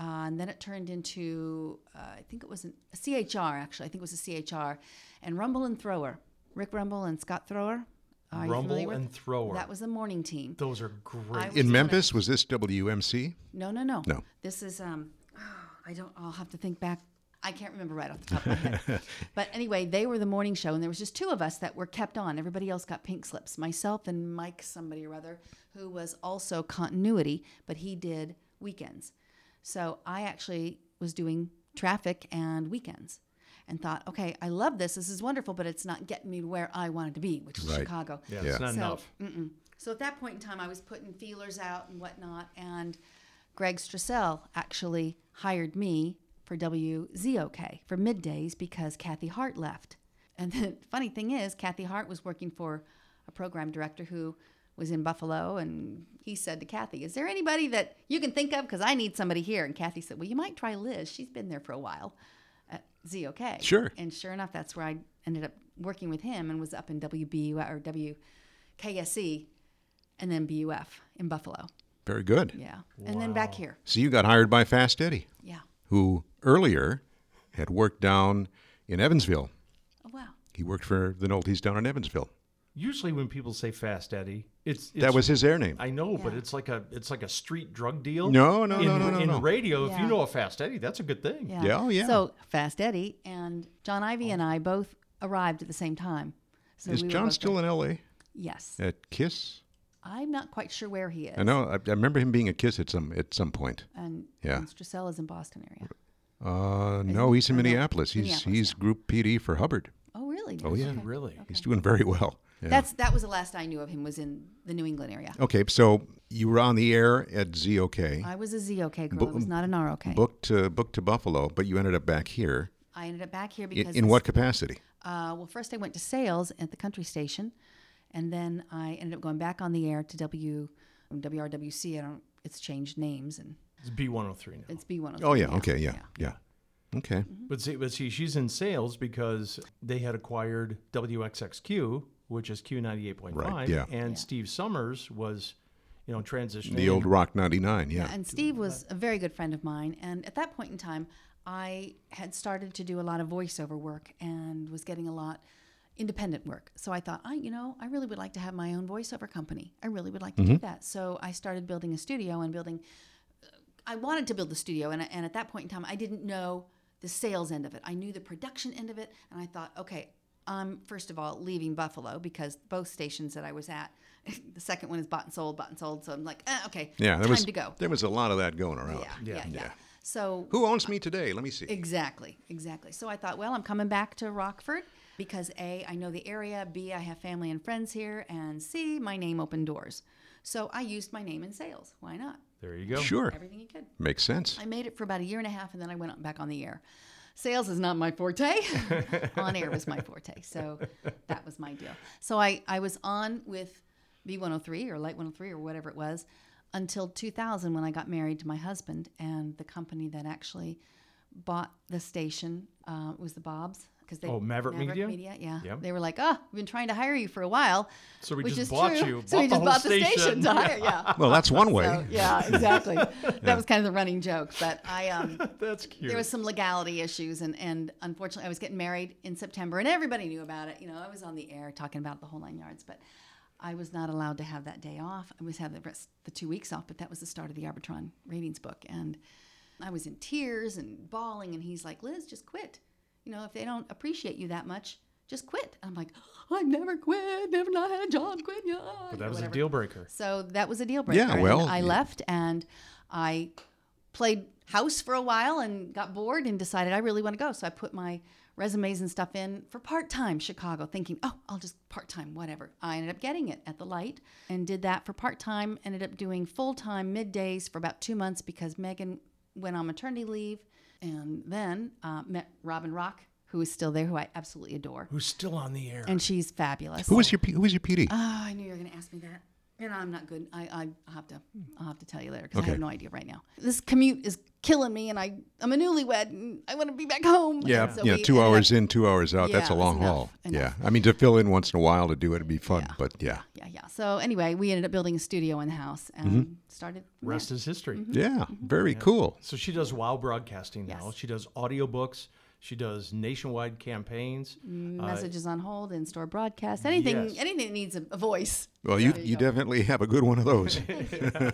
uh, and then it turned into, uh, I think it was an, a CHR, actually. I think it was a CHR, and Rumble and Thrower. Rick Rumble and Scott Thrower. Are you
Rumble
familiar with-
and Thrower.
That was the morning team.
Those are great.
was
In
gonna-
Memphis, was this WMC?
No, no, no.
No.
This is um I don't I'll have to think back. I can't remember right off the top of my head. but anyway, they were the morning show and there was just two of us that were kept on. Everybody else got pink slips. Myself and Mike somebody or other who was also continuity, but he did weekends. So I actually was doing traffic and weekends and thought, okay, I love this. This is wonderful, but it's not getting me to where I wanted to be, which is
Right.
Chicago.
yeah, it's not
So- mm.
enough.
So at that point in time, I was putting feelers out and whatnot, and Greg Strassell actually hired me for WZOK for middays because Kathy Hart left. And the funny thing is, Kathy Hart was working for a program director who was in Buffalo, and he said to Kathy, "Is there anybody that you can think of? Because I need somebody here." And Kathy said, "Well, you might try Liz. She's been there for a while." At ZOK.
Sure.
And sure enough, that's where I ended up working with him and was up in WBU or WKSE E, and then BUF in Buffalo.
Very good.
Yeah. And then back here.
So you got hired by Fast Eddie,
Yeah.
who earlier had worked down in Evansville.
Oh, wow.
He worked for the Noltees down in Evansville.
Usually, when people say Fast Eddie, it's, it's
That was his air name.
I know, but
Yeah.
it's like a it's like a street drug deal.
No, no,
in,
no, no, no,
In
no.
radio, if
Yeah.
you know a Fast Eddie, that's a good thing.
Yeah.
Yeah, oh, yeah.
So Fast Eddie and John Ivy and I both arrived at the same time. So
Is
we were
John
both
still
there.
in L.A.
Yes.
at Kiss?
I'm not quite sure where he is.
I know. I, I remember him being at Kiss at some at some point.
And,
Yeah.
and Strasella is in Boston area.
Uh, no, he's in
Oh, no.
Minneapolis. He's
Minneapolis,
he's Group PD for Hubbard.
Oh, really?
Oh, yeah.
Okay.
Really?
He's doing very well. Yeah.
That's that was the last I knew of him was in the New England area.
okay. So you were on the air at ZOK,
I was a ZOK girl. I was not an ROK.
booked to booked to Buffalo, but you ended up back here.
I ended up back here
In,
because
in
this-
what capacity?
Uh, well, first I went to sales at the country station, and then I ended up going back on the air to W WRWC. I don't. It's changed names and
It's B one hundred three now.
it's B one.
Oh yeah. Okay. Yeah. Yeah. Okay.
Mm-hmm.
But see, but see, she's in sales because they had acquired WXXQ, which is Q ninety eight point five,
Right, yeah.
and Steve Summers was, you know, transitioning.
The old Rock 99. Yeah.
And Steve was a very good friend of mine, and at that point in time, I had started to do a lot of voiceover work and was getting a lot independent work. So I thought, I you know, I really would like to have my own voiceover company. I really would like to
Mm-hmm.
do that. So I started building a studio and building uh, I wanted to build the studio, and, and at that point in time, I didn't know the sales end of it. I knew the production end of it, and I thought, okay, I'm first of all leaving Buffalo because both stations that I was at, the second one is bought and sold, bought and sold. So I'm like, eh, okay,
Yeah. There
time
was
to go.
there was a lot of that going
Yeah,
around.
yeah, yeah. So
Who owns me today? Let me see.
Exactly, exactly. So I thought, well, I'm coming back to Rockford because A, I know the area, B, I have family and friends here, and C, my name opened doors. So I used my name in sales. Why not?
There you go.
Sure.
Everything you could.
Makes sense.
I made it for about a year and a half, and then I went on- back on the air. Sales is not my forte. on air was my forte, so that was my deal. So I, I was on with B103 or Light 103 or whatever it was until 2000 when I got married to my husband, and the company that actually bought the station uh, was the Bobs. Cause they,
Oh, Maverick Media?
yeah.
Yep.
They were like, oh, we've been trying to hire you for a while.
So we
which is
just bought
true.
you,
So we
bought
just
the
bought
whole
the station
station.
to hire, yeah.
Well, that's one way.
So, yeah, exactly. That was kind of the running joke, but I um,
That's cute.
there was some legality issues, and and unfortunately, I was getting married in September, and everybody knew about it. You know, I was on the air talking about the whole nine yards, but I was not allowed to have that day off. I was have the rest the two weeks off, but that was the start of the Arbitron ratings book, and I was in tears and bawling, and he's like, "Liz, just quit. You know, if they don't appreciate you that much, just quit. I'm like, I never quit, never not had a job, quit, yeah.
But that was a deal breaker.
So that was a deal breaker.
Yeah,
and
well,
I
you-
left and I played house for a while and got bored and decided I really want to go. So I put my resumes and stuff in for part time Chicago, thinking, oh, I'll just part time, whatever. I ended up getting it at the light and did that for part time. Ended up doing full time middays for about two months because Megan went on maternity leave and then uh, met Robin Rock. Who is still there? Who I absolutely adore,
Who's still on the air?
and she's fabulous.
Who was your P- who was your PD?
Oh, I knew you were going to ask me that. And I'm not good. I, I I'll have to I'll have to tell you later because I
Okay.
have no idea right now. This commute is killing me, and I I'm a newlywed, and I want to be back home.
yeah,
And so
yeah.
we
Two
ended
hours
up-
in, two hours out. that's a
Yeah, it was
long
enough,
haul.
enough.
Yeah, I mean to fill in once in a while to do it would be fun,
Yeah.
but yeah,
Yeah, yeah. So anyway, we ended up building a studio in the house and
Mm-hmm.
started. from
Rest
there.
is history.
yeah, very cool.
So she does WOW broadcasting now.
Mm-hmm. Yes.
She does audiobooks. She does nationwide campaigns.
Mm. messages on hold, in store broadcast, anything
yes.
anything that needs a, a voice.
Well, you you definitely have a good one of those.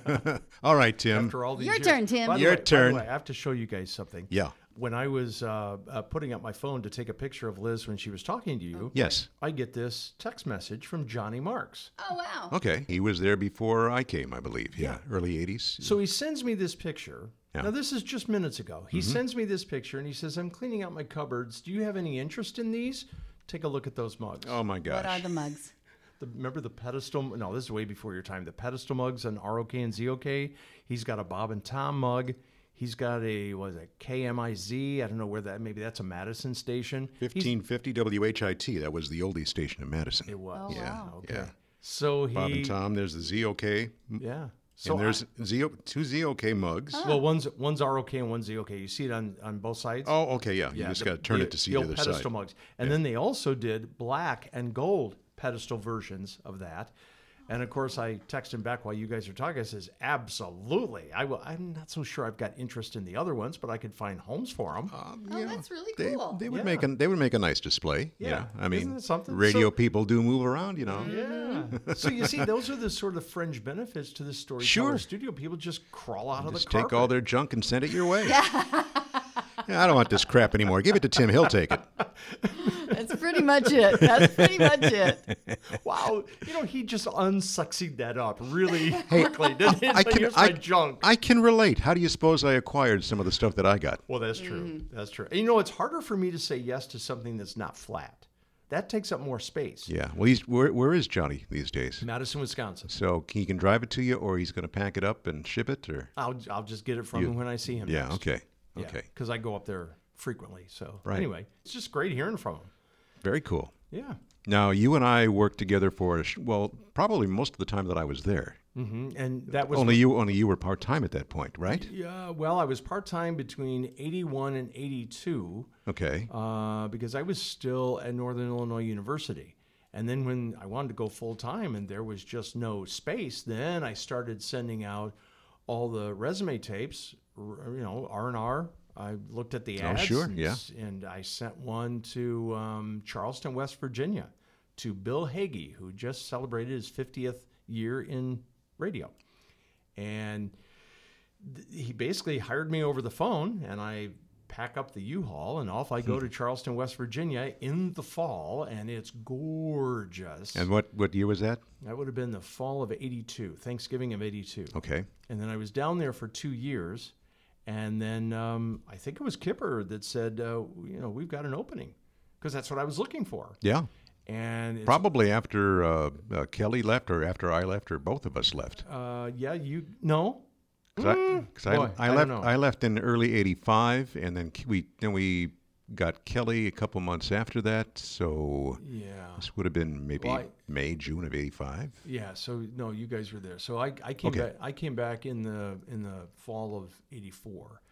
All right, Tim.
After all these
Your
years-
turn, Tim.
By the
Your
way- by the
turn.
way, I have to show you guys something.
Yeah.
When I was uh, uh, putting up my phone to take a picture of Liz when she was talking to you,
Yes.
I get this text message from Johnny Marks.
Oh wow!
Okay. He was there before I came, I believe. Yeah. Early 80s.
So he sends me this picture.
Yeah. Mm-hmm.
Now, this is just minutes ago. He sends me this picture and he says, I'm cleaning out my cupboards. Do you have any interest in these? Take a look at those mugs.
oh my
What are
gosh.
the mugs?
The, remember the pedestal? No, this is way before your time. The pedestal mugs on ROK and ZOK. He's got a Bob and Tom mug. He's got a was it KMIZ? I don't know where that. Maybe that's a Madison station. He's-
1550 WHIT. That was the oldie station in Madison.
It was.
Oh, Yeah, wow.
Okay.
yeah.
So he.
Bob and Tom. There's the ZOK.
Yeah. So
and there's
I-
Z two ZOK
Oh,
mugs.
well, one's one's ROK and one's ZOK. You see it on on both sides.
Oh, okay. Yeah. You just
the-
got to turn
the-
it to see
the
the,
old
other
pedestal
side.
mugs. And then they also did black and gold pedestal versions of that. And of course, I text him back while you guys are talking. I says, "Absolutely, I will." I'm not so sure I've got interest in the other ones, but I could find homes for them.
Ah.
Oh, that's really
They,
cool.
they would
Yeah.
make a they would make a nice display.
Yeah.
I
Isn't
mean,
it something?
radio
So-
people do move around, you know.
yeah. so you see, those are the sort of fringe benefits to the storyteller
Sure.
studio. People just crawl out of
Just
the
take
carpet.
all their junk and send it your way. yeah, I don't want this crap anymore. Give it to Tim. He'll take it.
That's pretty much it. That's pretty much it.
wow, you know, he just unsexied that up really quickly. Didn't he? It's like, here's my junk.
I can relate. How do you suppose I acquired some of the stuff that I got?
Well, that's true. That's true. And you know, it's harder for me to say yes to something that's not flat. That takes up more space.
Yeah. Well, he's where, where is Johnny these days?
Madison, Wisconsin.
So he can drive it to you, or he's going to pack it up and ship it, or
I'll I'll just get it from him when I see him.
yeah.
next.
Okay. Okay.
Because I go up there frequently. So
Right.
anyway, it's just great hearing from him.
Very cool.
Yeah.
Now you and I worked together for a sh- well, probably most of the time that I was there.
hmm And that was
only you, only you were part time at that point, right?
Yeah. Well, I was part time between eighty one and eighty two.
Okay.
uh, because I was still at Northern Illinois University. And then when I wanted to go full time and there was just no space, then I started sending out all the resume tapes. r- You know, R and R. I looked at the ads.
Oh, sure,
and,
yeah.
s- And I sent one to um, Charleston, West Virginia, to Bill Hagee, who just celebrated his 50th year in radio, and he basically hired me over the phone and I pack up the U-Haul and off I go
Hmm.
to Charleston, West Virginia in the fall and it's gorgeous.
and what what year was that?
that would have been the fall of 82, Thanksgiving of 82.
Okay.
And then I was down there for 2 years and then um, I think it was Kipper that said, uh, you know, we've got an opening because that's what I was looking for.
Yeah.
And it's,
Probably after uh, uh, Kelly left, or after I left, or both of us left.
uh, yeah, you no.
Because I,
boy,
I,
I don't
left,
know.
I left in early '85, and then Ke- we then we got Kelly a couple months after that. So
Yeah.
this would have been maybe
Well, I-
May, June of '85.
Yeah, so no, you guys were there. So I, I came
Okay.
back I came back in the in the fall of eighty four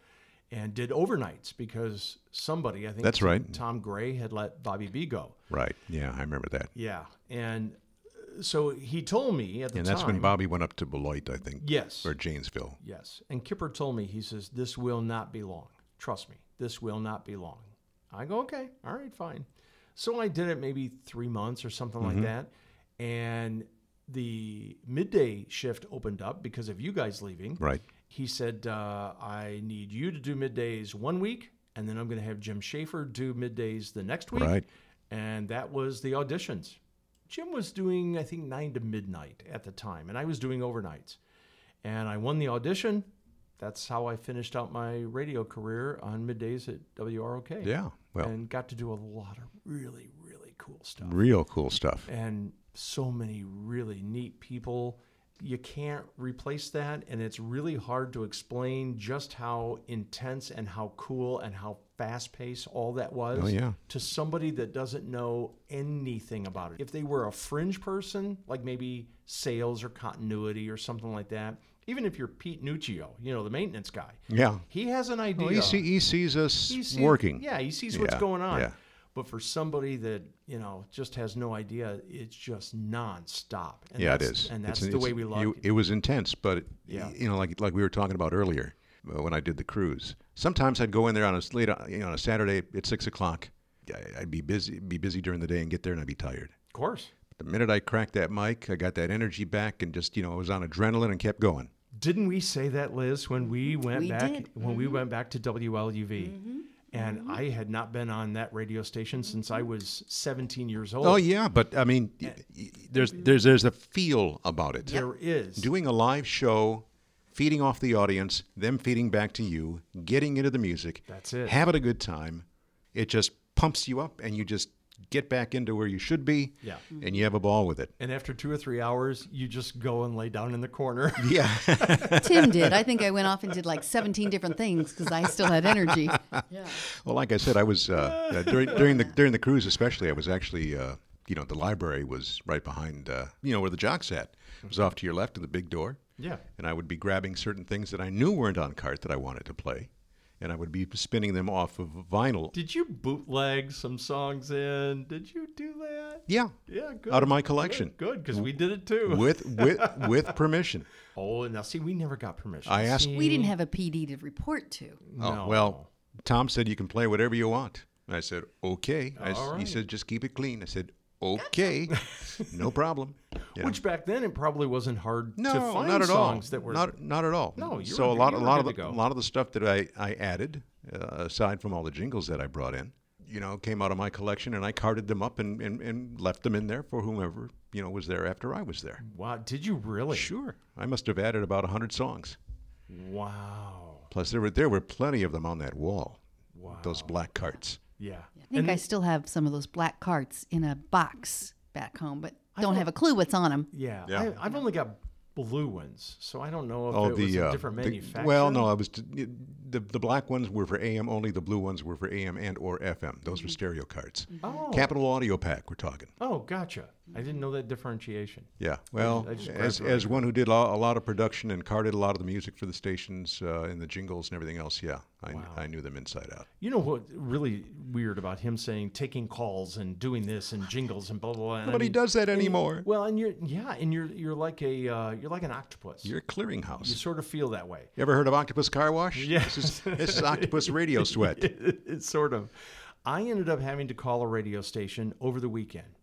and did overnights because somebody I think
That's
Tom-
right.
Tom Gray had let Bobby B go.
Right. Yeah, I remember that.
Yeah. And uh, so he told me at the
And
time
that's when Bobby went up to Beloit, I think,
Yes.
or Janesville.
Yes. And Kipper told me, he says, This will not be long. Trust me, this will not be long. I go, Okay, all right, fine. So I did it maybe three months or something
Mm-hmm.
like that. And the midday shift opened up because of you guys leaving.
Right.
He said, uh, I need you to do middays one week, and then I'm going to have Jim Schaefer do middays the next week.
Right.
and that was the auditions. Jim was doing, I think, nine to midnight at the time, and I was doing overnights. And I won the audition. That's how I finished out my radio career on middays at WROK.
Yeah, well-
and got to do a lot of really, really cool stuff
Real cool stuff.
and so many really neat people. You can't replace that, and it's really hard to explain just how intense and how cool and how fast paced all that was
Oh, yeah.
to somebody that doesn't know anything about it. If they were a fringe person, like maybe sales or continuity or something like that, even if you're Pete Nuccio, you know, the maintenance guy,
Yeah.
he has an idea.
Well, E he, see, he sees us
He sees-
working.
E Yeah, he sees what's
Yeah,
going on.
yeah.
But for somebody that you know just has no idea, it's just nonstop. And
yeah, it
that's-
is.
and
It's-
that's the
it's-
way we love
you-
it.
It was intense, but it-
Yeah.
you know, like like we were talking about earlier uh, when I did the cruise. Sometimes I'd go in there on a s- late on- you know, on a Saturday at six o'clock. I- I'd be busy be busy during the day and get there and I'd be tired.
Of course,
The minute I cracked that mic, I got that energy back and just you know I was on adrenaline and kept going.
didn't we say that, Liz, when we Mm-hmm. went
We
back
did.
when we went back to WLUV? And I had not been on that radio station since I was 17 years old.
Oh yeah, but I mean, y- y- there's there's there's a feel about it.
there is
doing a live show, feeding off the audience, them feeding back to you, getting into the music.
That's it.
Having a good time. It just pumps you up and you just get back into where you should be.
Yeah. Mm-hmm.
And you have a ball with it.
And after two or three hours, you just go and lay down in the corner.
Yeah.
Tim did. I think I went off and did like 17 different things because I still had energy.
Yeah.
well, like I said, I was uh, uh, during, during the during the cruise, especially. I was actually, uh, you know, the library was right behind, uh, you know, where the jock sat. It was off to your left of the big door.
Yeah.
and I would be grabbing certain things that I knew weren't on cart that I wanted to play, and I would be spinning them off of vinyl.
Did you bootleg some songs in? Did you do that?
yeah,
Yeah, good.
out of my collection
Good, because we did it too.
with with with permission.
oh, now see, we never got permission.
I asked-
We didn't have a PD to report to.
No.
Oh, well, Tom said you can play whatever you want. And I said okay. I s-
All
He
right.
said just keep it clean. I said okay, no problem. You know?
Which back then it probably wasn't hard
no,
to find
not at
songs
all.
that were
not not at all.
No, you
so
were-
a lot
you
a
were
lot of
good
the
to
a
go.
lot of the stuff that I I added uh, aside from all the jingles that I brought in, you know, came out of my collection and I carted them up and and, and left them in there for whomever you know was there after I was there.
Wow, did you really?
Sure, I must have added about hundred songs.
Wow.
Plus, there were there were plenty of them on that wall. Those black carts.
Yeah.
I think I still have some of those black carts in a box back home, but don't have a clue what's on them.
Yeah.
Yeah.
I, I've only got blue ones, so I don't know if
Oh,
it
the
was a
uh,
different
the-
manufacturer.
well, no, uh, I was the the black ones were for AM only. The blue ones were for AM and or FM. Those were stereo carts.
Mm-hmm. Oh.
Capital Audio Pack. We're talking.
Oh, gotcha. I didn't know that differentiation.
Yeah. Well,
I just grabbed
as,
it right
as one who did a a lot of production and carted a lot of the music for the stations uh, and the jingles and everything else, yeah, I, I knew them inside out.
You know what? Really weird about him saying taking calls and doing this and jingles and blah blah. blah. and I
Nobody
mean-
does that anymore.
Well, and you're yeah, and you're you're like a uh, you're like an octopus.
You're a
you
clearinghouse.
sort of feel that way.
You ever heard of Octopus Car Wash? Yeah. This is, this is Octopus Radio Sweat.
it's sort of. I ended up having to call a radio station over the weekend,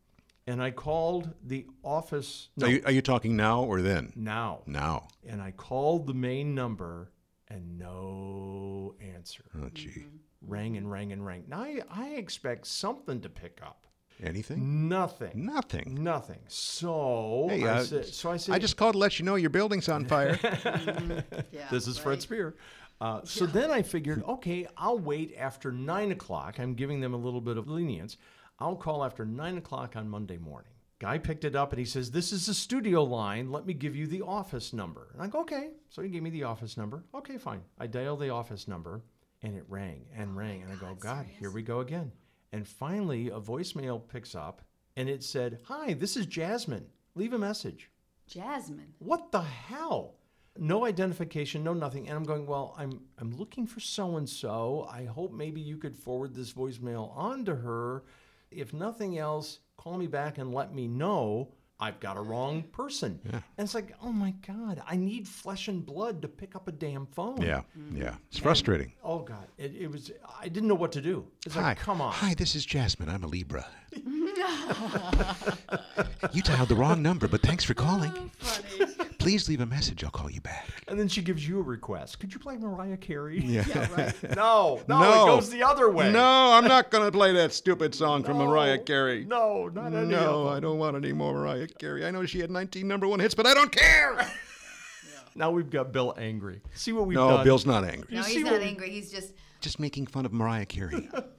and I called the office no,
Are, you, are you talking now or then?
now,
Now.
and I called the main number, and no answer.
Oh, gee.
Mm-hmm. Rang and rang and rang. Now I, I expect something to pick up.
Anything?
Nothing.
Nothing.
Nothing. So
Hey,
Mm. I
uh,
said. So I said.
I just called to let you know your building's on fire.
Yeah.
This is Fred Spear. Uh, so then I figured, okay, I'll wait after nine o'clock. I'm giving them a little bit of lenience. I'll call after nine o'clock on Monday morning. Guy picked it up and he says, This is the studio line. Let me give you the office number. And I go, Okay. So he gave me the office number. Okay, fine. I dial the office number and it rang and rang. And I go, God, here we go again. And finally, a voicemail picks up and it said, Hi, this is Jasmine. Leave a message
Jasmine.
what the hell? No identification, no nothing. And I'm going, well, I'm I'm looking for so and so. I hope maybe you could forward this voicemail on to her. If nothing else, call me back and let me know I've got a wrong person. And it's like, oh my God, I need flesh and blood to pick up a damn phone.
yeah. Yeah. It's frustrating.
Oh God. It, it was I didn't know what to do. It's
Hi.
like, come on.
Hi, this is Jasmine. I'm a Libra. you dialed the wrong number, but thanks for calling.
Funny.
Please leave a message. I'll call you back.
And then she gives you a request. Could you play Mariah Carey?
Yeah, right.
No, no,
No.
it goes the other way.
No, I'm not going to play that stupid song from Mariah Carey.
No, not any of
No,
them.
I don't want any more Mariah Carey. I know she had 19 number one hits, but I don't care.
Now we've got Bill angry. See what we've
no,
done.
Bill's not angry.
No,
see
he's
what-
not angry. He's just
Just making fun of Mariah Carey.
poor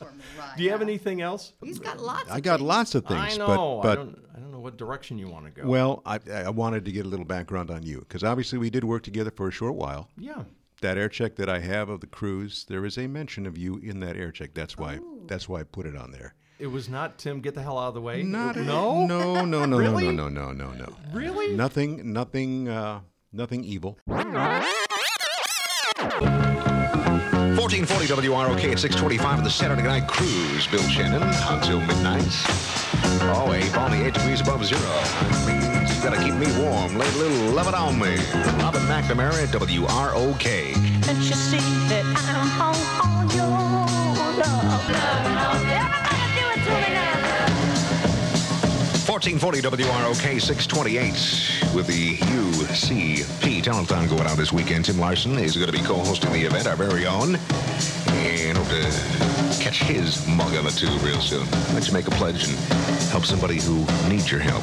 Mariah.
Do you have anything else?
He's got lots.
I
of
got
things.
lots of things,
I know.
but but
I, don't, I don't know what direction you want to go.
well, I, I wanted to get a little background on you because obviously we did work together for a short while.
yeah.
That air check that I have of the cruise, there is a mention of you in that air check. That's why
Oh.
that's why I put it on there.
It was not Tim. Get the hell out of the way.
Not
It-
a-
no.
no, no, no,
Really?
no, no, no, no, no.
Really?
Nothing, nothing, uh, nothing evil.
1440 WROK at 625 of the Saturday Night Cruise. Bill Shannon until midnight. Oh, a balmy 8 degrees above zero. That means you gotta keep me warm. Lay a little love it on me. Robin McNamara at WROK.
Don't you see that I'm all, all your love? Everybody do it to me now.
1440 WROK 628 with the UCP Talenttown going out this weekend. Tim Larson is going to be co-hosting the event, our very own. And hope to catch his mug on the tube real soon. I'd like to make a pledge and help somebody who needs your help.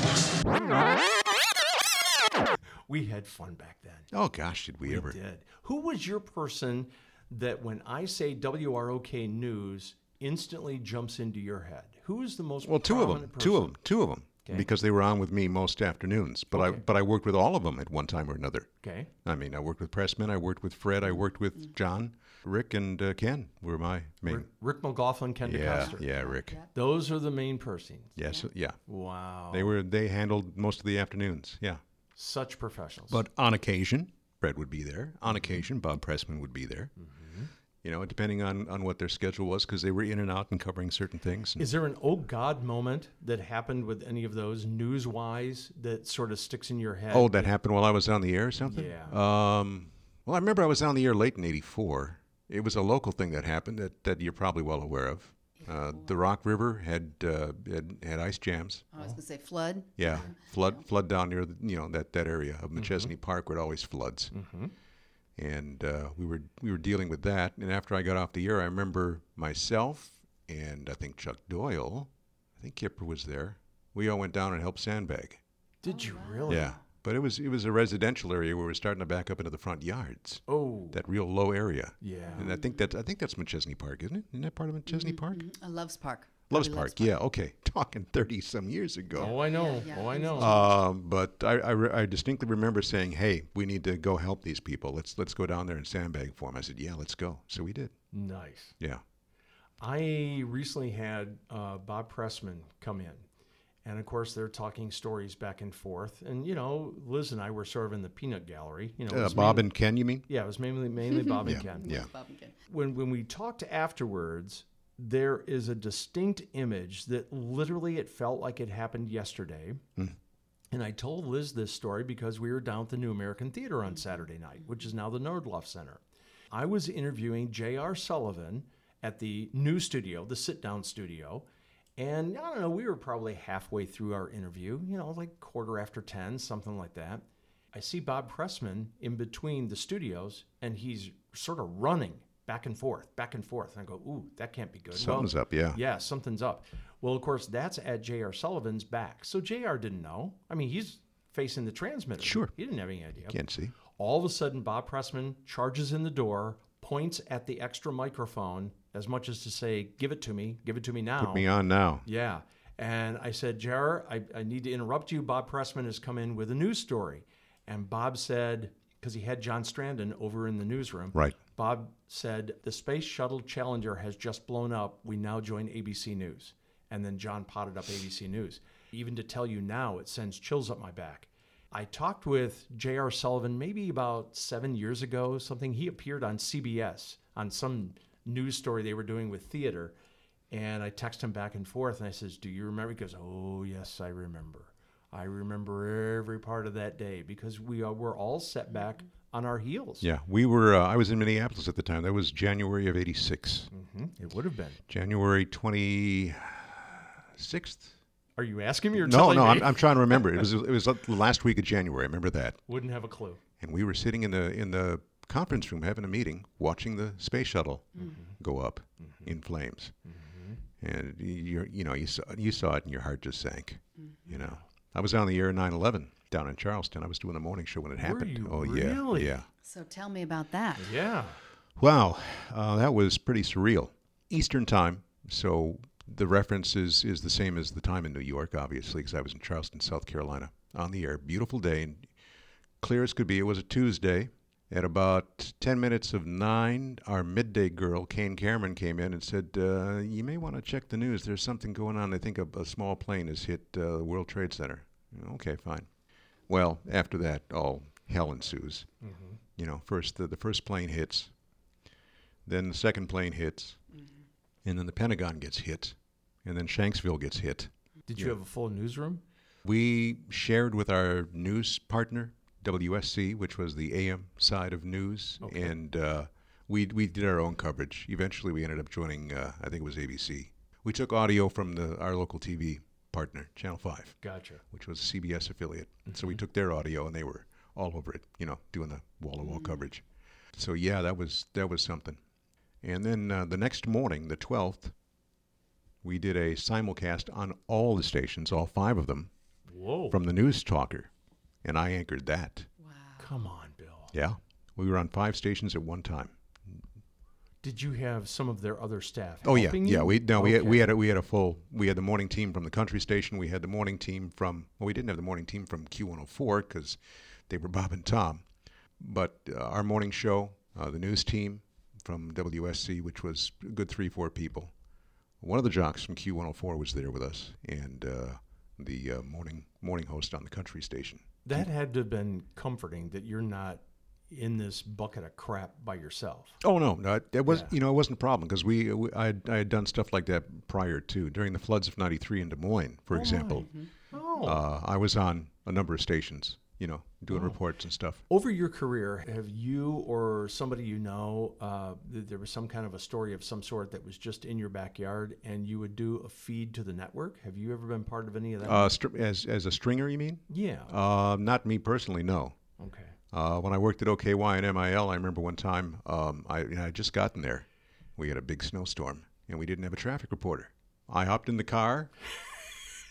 We had fun back then.
Oh gosh, did we, ever?
did. Who was your person that when I say WROK news instantly jumps into your head? Who is the most
Well, two of them,
prominent
two of
person?
them, two of them, because they were on with me most afternoons. But I but I worked with all of them at one time or another.
Okay.
I mean, I worked with Pressman, I worked with Fred, I worked with John, Rick, and uh, Ken were my main.
Mm-hmm. Rick McLaughlin, Ken
yeah,
DeCoster.
yeah, Rick.
Those are the main persons.
Yes, yeah.
Wow.
They were they handled most of the afternoons. Yeah.
Such professionals.
But on occasion, Fred would be there.
Mm-hmm.
On occasion, Bob Pressman would be there. You know, depending on, on what their schedule was, because they were in and out and covering certain things. And
is there an oh God moment that happened with any of those news wise that sort of sticks in your head?
oh, that happened while I was on the air or something?
Yeah.
Um, well, I remember I was on the air late in 84. It was a local thing that happened that, that you're probably well aware of. Uh, the Rock River had, uh, had had ice jams.
I was gonna say flood.
Yeah, Mm-hmm. flood flood down near the, you know that that area of McChesney Park where it always floods, and uh, we were we were dealing with that. And after I got off the air, I remember myself and I think Chuck Doyle, I think Kipper was there. We all went down and helped sandbag.
Did you really?
Oh, Yeah, but it was it was a residential area where we were starting to back up into the front yards,
Oh.
that real low area.
yeah.
And I think that I think that's McChesney Park, isn't it? Isn't that part of McChesney Park?
I loves Park.
Loves
Probably
Park, yeah. Okay, talking thirty some years ago.
Oh, I know. Oh, I know.
Um, but I, I, re- I distinctly remember saying, "Hey, we need to go help these people. Let's let's go down there and sandbag for them." I said, "Yeah, let's go." So we did.
nice.
Yeah.
I recently had uh, Bob Pressman come in. And of course, they're talking stories back and forth. And, you know, Liz and I were sort of in the peanut gallery. You know, it
Uh,
was
Bob
mainly-
and Ken, you mean?
Yeah, it was mainly, mainly Bob and Ken.
Yeah.
Bob and Ken.
When, when we talked afterwards, there is a distinct image that literally it felt like it happened yesterday. And I told Liz this story because we were down at the New American Theater on Saturday night, which is now the Nordloff Center. I was interviewing J.R. Sullivan at the new studio, the sit down studio. And I don't know, we were probably halfway through our interview, you know, like quarter after 10, something like that. I see Bob Pressman in between the studios and he's sort of running back and forth, back and forth. And I go, ooh, that can't be good. Well,
Something's up, yeah.
yeah, something's up. Well, of course, that's at J.R. Sullivan's back. So J.R. didn't know. I mean, he's facing the transmitter.
Sure.
He didn't have any idea.
Can't see.
All of a sudden, Bob Pressman charges in the door, points at the extra microphone as much as to say, Give it to me, give it to me now.
Put me on now.
Yeah. And I said, J.R., I, I need to interrupt you. Bob Pressman has come in with a news story. And Bob said, because he had John Strandon over in the newsroom.
Right.
Bob said, The Space Shuttle Challenger has just blown up. We now join ABC News. And then John potted up ABC News. Even to tell you now, it sends chills up my back. I talked with J.R. Sullivan maybe about seven years ago, something. He appeared on CBS on some news story they were doing with theater. And I text him back and forth and I says, Do you remember? He goes, Oh, yes, I remember. I remember every part of that day because we are, were all set back on our heels.
Yeah, we were. Uh, I was in Minneapolis at the time. That was January of '86.
Mm. Mm-hmm. It would have been.
January 26th,
Are you asking me or
no,
telling
no,
me?
I'm, I'm trying to remember. It was it was the last week of January. I remember that.
Wouldn't have a clue.
And we were sitting in the in the conference room having a meeting, watching the space shuttle
Mm-hmm.
go up in flames. And you you know you saw you saw it and your heart just sank. You
Mm-hmm.
know, I was on the air 9/11 down in Charleston. I was doing the morning show when it happened.
you
oh
really?
yeah, yeah.
So tell me about that.
Yeah.
Wow, uh, that was pretty surreal. Eastern time, so the reference is, is the same as the time in New York, obviously, because I was in Charleston, South Carolina, on the air. Beautiful day, and clear as could be. It was a Tuesday. At about 10 minutes of 9, our midday girl, Kane Cameron, came in and said, uh, You may want to check the news. There's something going on. I think a, a small plane has hit uh, the World Trade Center. Okay, fine. Well, after that, all hell ensues. You know, first the, the first plane hits, then the second plane hits, and then the Pentagon gets hit, and then Shanksville gets hit.
Did you have a full newsroom?
We shared with our news partner, WSC, which was the AM side of news, and uh, we, we did our own coverage. Eventually, we ended up joining, uh, I think it was ABC. We took audio from the, our local TV partner, Channel 5,
Gotcha.
which was a CBS affiliate. So we took their audio, and they were all over it, you know, doing the wall to wall coverage. So, yeah, that was, that was something. And then uh, the next morning, the 12th, we did a simulcast on all the stations, all five of them,
Whoa.
from the news talker, and I anchored that.
Come on, Bill.
Yeah, we were on five stations at one time.
Did you have some of their other staff?
Oh yeah,
helping
yeah.
you?
We no, we had,
Okay.
we had a, we had a full. We had the morning team from the country station. We had the morning team from. Well, we didn't have the morning team from Q104 because they were Bob and Tom, but uh, our morning show, uh, the news team from WSC, which was a good three four people. One of the jocks from Q104 was there with us, and uh, the uh, morning morning host on the country station.
That had to have been comforting that you're not in this bucket of crap by yourself.
Oh no, no, it, it was you know it wasn't a problem because we, we I, had, I had done stuff like that prior to during the floods of '93 in Des Moines, for example.
Oh.
Uh, I was on a number of stations, you know, doing reports and stuff.
Over your career, have you or somebody you know, uh, th- there was some kind of a story of some sort that was just in your backyard and you would do a feed to the network? Have you ever been part of any of that?
Uh, str- as as a stringer, you mean?
yeah.
Uh, not me personally, no.
okay.
Uh, when I worked at OKY and MIL, I remember one time um, I you know, I had just gotten there. We had a big snowstorm and we didn't have a traffic reporter. I hopped in the car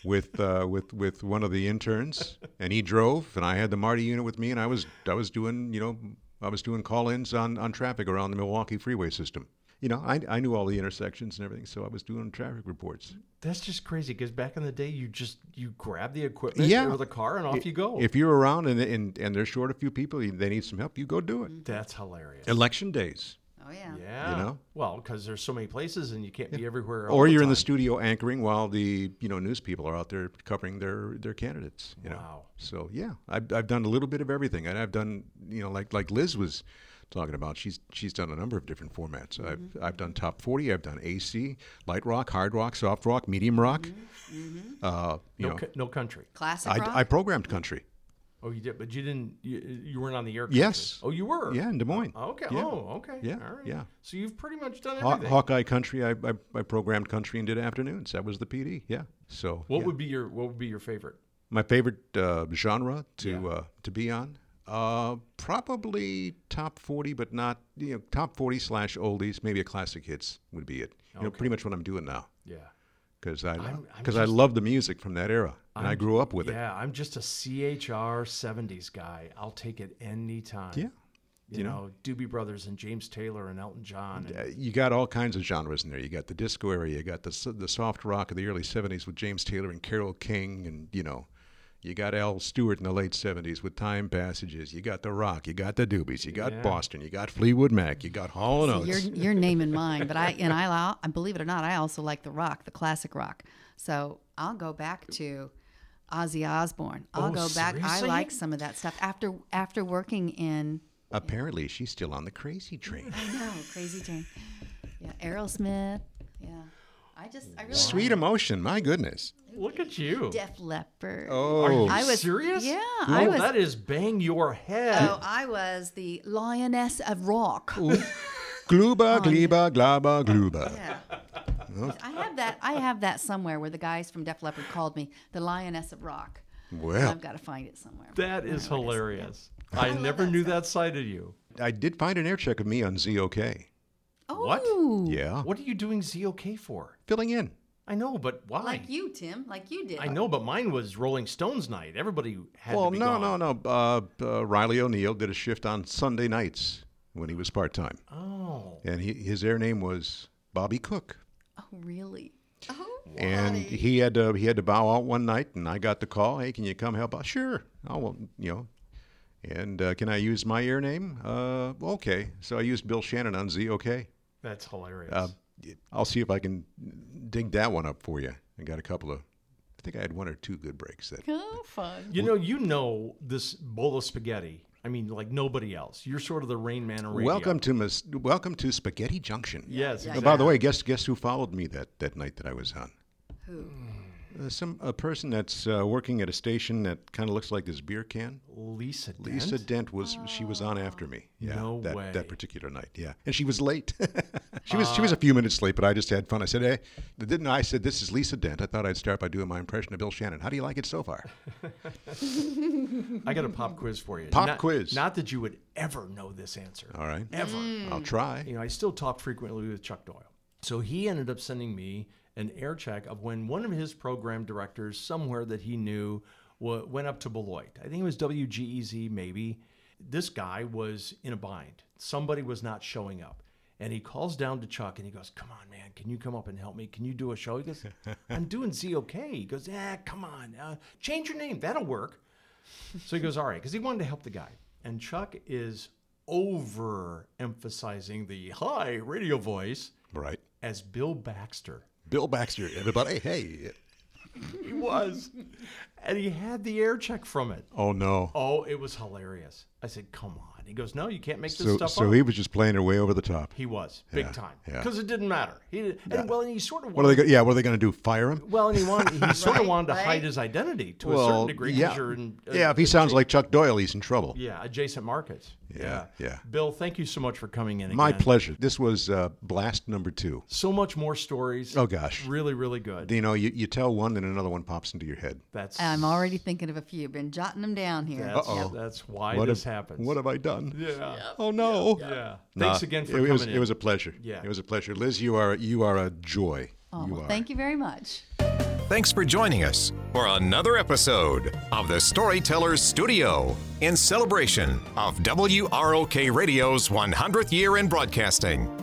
with uh, with with one of the interns, and he drove, and I had the Marty unit with me, and I was I was doing you know I was doing call-ins on on traffic around the Milwaukee freeway system. You know, I, I knew all the intersections and everything, so I was doing traffic reports.
That's just crazy because back in the day, you just you grab the equipment
Yeah.
over the car and off you go.
If you're around and, and and they're short a few people, they need some help, you go do it.
That's hilarious.
Election days.
Oh yeah.
Yeah.
You know?
Well, because there's so many places and you can't be everywhere. all
or you're in
time.
the studio anchoring while the you know news people are out there covering their their candidates you know
Wow.
so yeah I've, I've done a little bit of everything and i've done you know like like liz was talking about she's she's done a number of different formats
Mm-hmm.
i've i've done top 40 i've done ac light rock hard rock soft rock medium rock uh you
Mm-hmm. No,
know
cou- no country.
Classic rock.
I, I programmed country
Oh, you did, but you didn't. You, you weren't on the air.
Yes.
country. Oh, you were.
yeah in des moines
Okay.
Yeah.
Oh, okay.
Yeah,
All right.
yeah.
So you've pretty much done
Haw-
everything.
Hawkeye Country, I, I, I programmed country and did afternoons. That was the PD, yeah. So
What
yeah.
would be your What would be your favorite?
my favorite uh, genre to
Yeah.
uh, to be on. Uh, probably top forty, but not you know top forty slash oldies. Maybe a classic hits would be it. You know, pretty much what I'm doing now
Yeah.
because I
I'm- I'm
because I
just-
love the music from that era and i grew up with it.
Yeah, I'm just a CHR '70s guy. I'll take it any time.
Yeah.
You, know, Doobie Brothers and James Taylor and Elton John. and-
Uh, You got all kinds of genres in there. You got the disco area. You got the s- the soft rock of the early '70s with James Taylor and Carole King, and you know, you got Al Stewart in the late '70s with Time Passages. You got the rock. You got the Doobies. You got
Yeah.
Boston. You got Fleetwood Mac. You got Hall and Oates.
You're, you're naming mine, but I and I al- I believe it or not, I also like the rock, the classic rock. So I'll go back to Ozzy Osbourne. I'll
Oh,
go back.
seriously?
I like some of that stuff after after working in
Apparently, she's still on the crazy train.
no Oh, Crazy Jane, yeah, Aerosmith, yeah. I just I really
Sweet
like
emotion, my goodness.
Look at you.
Def Leppard.
Are you
Oh,
I was-
serious?
yeah,
Oh,
I was-
that is bang your head.
Oh, I was the lioness of rock.
Oh,
Gluba, Gleba, Glaba, Gluba.
Yeah.
Oh.
I have that. I have that somewhere where the guys from Def Leppard called me the Lioness of Rock.
Well.
I've got to find it somewhere.
That is hilarious. I never knew that side of you.
I did find an air check of me on ZOK.
Oh.
What?
Yeah.
What are you doing ZOK for?
Filling in.
I know, but why?
Like you, Tim. Like you did.
I know, but mine was Rolling Stones night. Everybody had
well,
to be
no,
gone.
no, no. Uh, uh, Riley O'Neill did a shift on Sunday nights when he was part time.
Oh.
And he, his air name was Bobby Cook.
Oh, really? Oh,
And he had to he had to bow out one night, and I got the call. Hey, can you come help out? Sure. I will. You know. And uh, can I use my air name? Uh, okay. So I used Bill Shannon on ZOK.
That's hilarious.
Uh, I'll see if I can dig that one up for you. I got a couple of. I think I had one or two good breaks that.
oh, fun.
you know, you know this bowl of spaghetti. I mean, like nobody else. You're sort of the rain man of radio.
Welcome to mis- Welcome to Spaghetti Junction.
Yes,
Uh, By the way, guess guess who followed me that, that night that I was on?
Who?
Uh, some a person that's uh, working at a station that kind of looks like this beer can.
Lisa Dent?
Lisa Dent was she was on after me. Yeah,
No
that,
way. Ah.
That particular night, yeah, and she was late. she was she was a few minutes late, but I just had fun. I said, "Hey, didn't I?" I said, "This is Lisa Dent." I thought I'd start by doing my impression of Bill Shannon. How do you like it so far?
I got a pop quiz for you.
Pop
Not-
quiz.
Not that you would ever know this answer.
All right,
Ever.
Mm.
I'll try.
You know, I still talk frequently with Chuck Doyle. So he ended up sending me an air check of when one of his program directors, somewhere that he knew, wa went up to Beloit. I think it was WGEZ, maybe. This guy was in a bind. Somebody was not showing up. And he calls down to Chuck and he goes, Come on, man, can you come up and help me? Can you do a show? He goes, I'm doing ZOK. He goes, Ah, come on, uh, change your name. That'll work. So he goes, all right, because he wanted to help the guy. And Chuck is over emphasizing the high radio voice
Right,
as Bill Baxter.
Bill Baxter, everybody. Hey,
He was. and he had the air check from it.
oh no.
Oh, it was hilarious. I said, come on. He goes, no, you can't make this
so
stuff
so
up.
he was just playing her way over the top.
He was,
Yeah,
big time.
yeah.
Because it didn't matter. He did, and well, and he sort of
What are they? Go- yeah, what are they going to do? Fire him?
well, and he wanted, he sort of
Right,
wanted to
right.
hide his identity to a certain degree. 'cause
yeah.
you're in, uh,
yeah, if he sounds like Chuck Doyle, he's in trouble.
yeah, adjacent markets.
Yeah, yeah.
Bill, thank you so much for coming in.
My
again.
pleasure. This was uh, blast number two.
So much more stories.
Oh, gosh.
Really, really good.
You know, you, you tell one, and another one pops into your head.
That's
I'm already thinking of a few. Been jotting them down here.
that's,
Uh-oh.
that's why
what
this
have,
happens.
What have I done?
yeah.
Oh no!
yeah.
Nah,
Thanks again for
it,
coming
was,
in.
It was a pleasure.
Yeah.
it was a pleasure. Liz, you are you are a joy.
Oh,
you
well,
are.
thank you very much.
Thanks for joining us for another episode of the Storytellers Studio in celebration of WROK Radio's 100th year in broadcasting.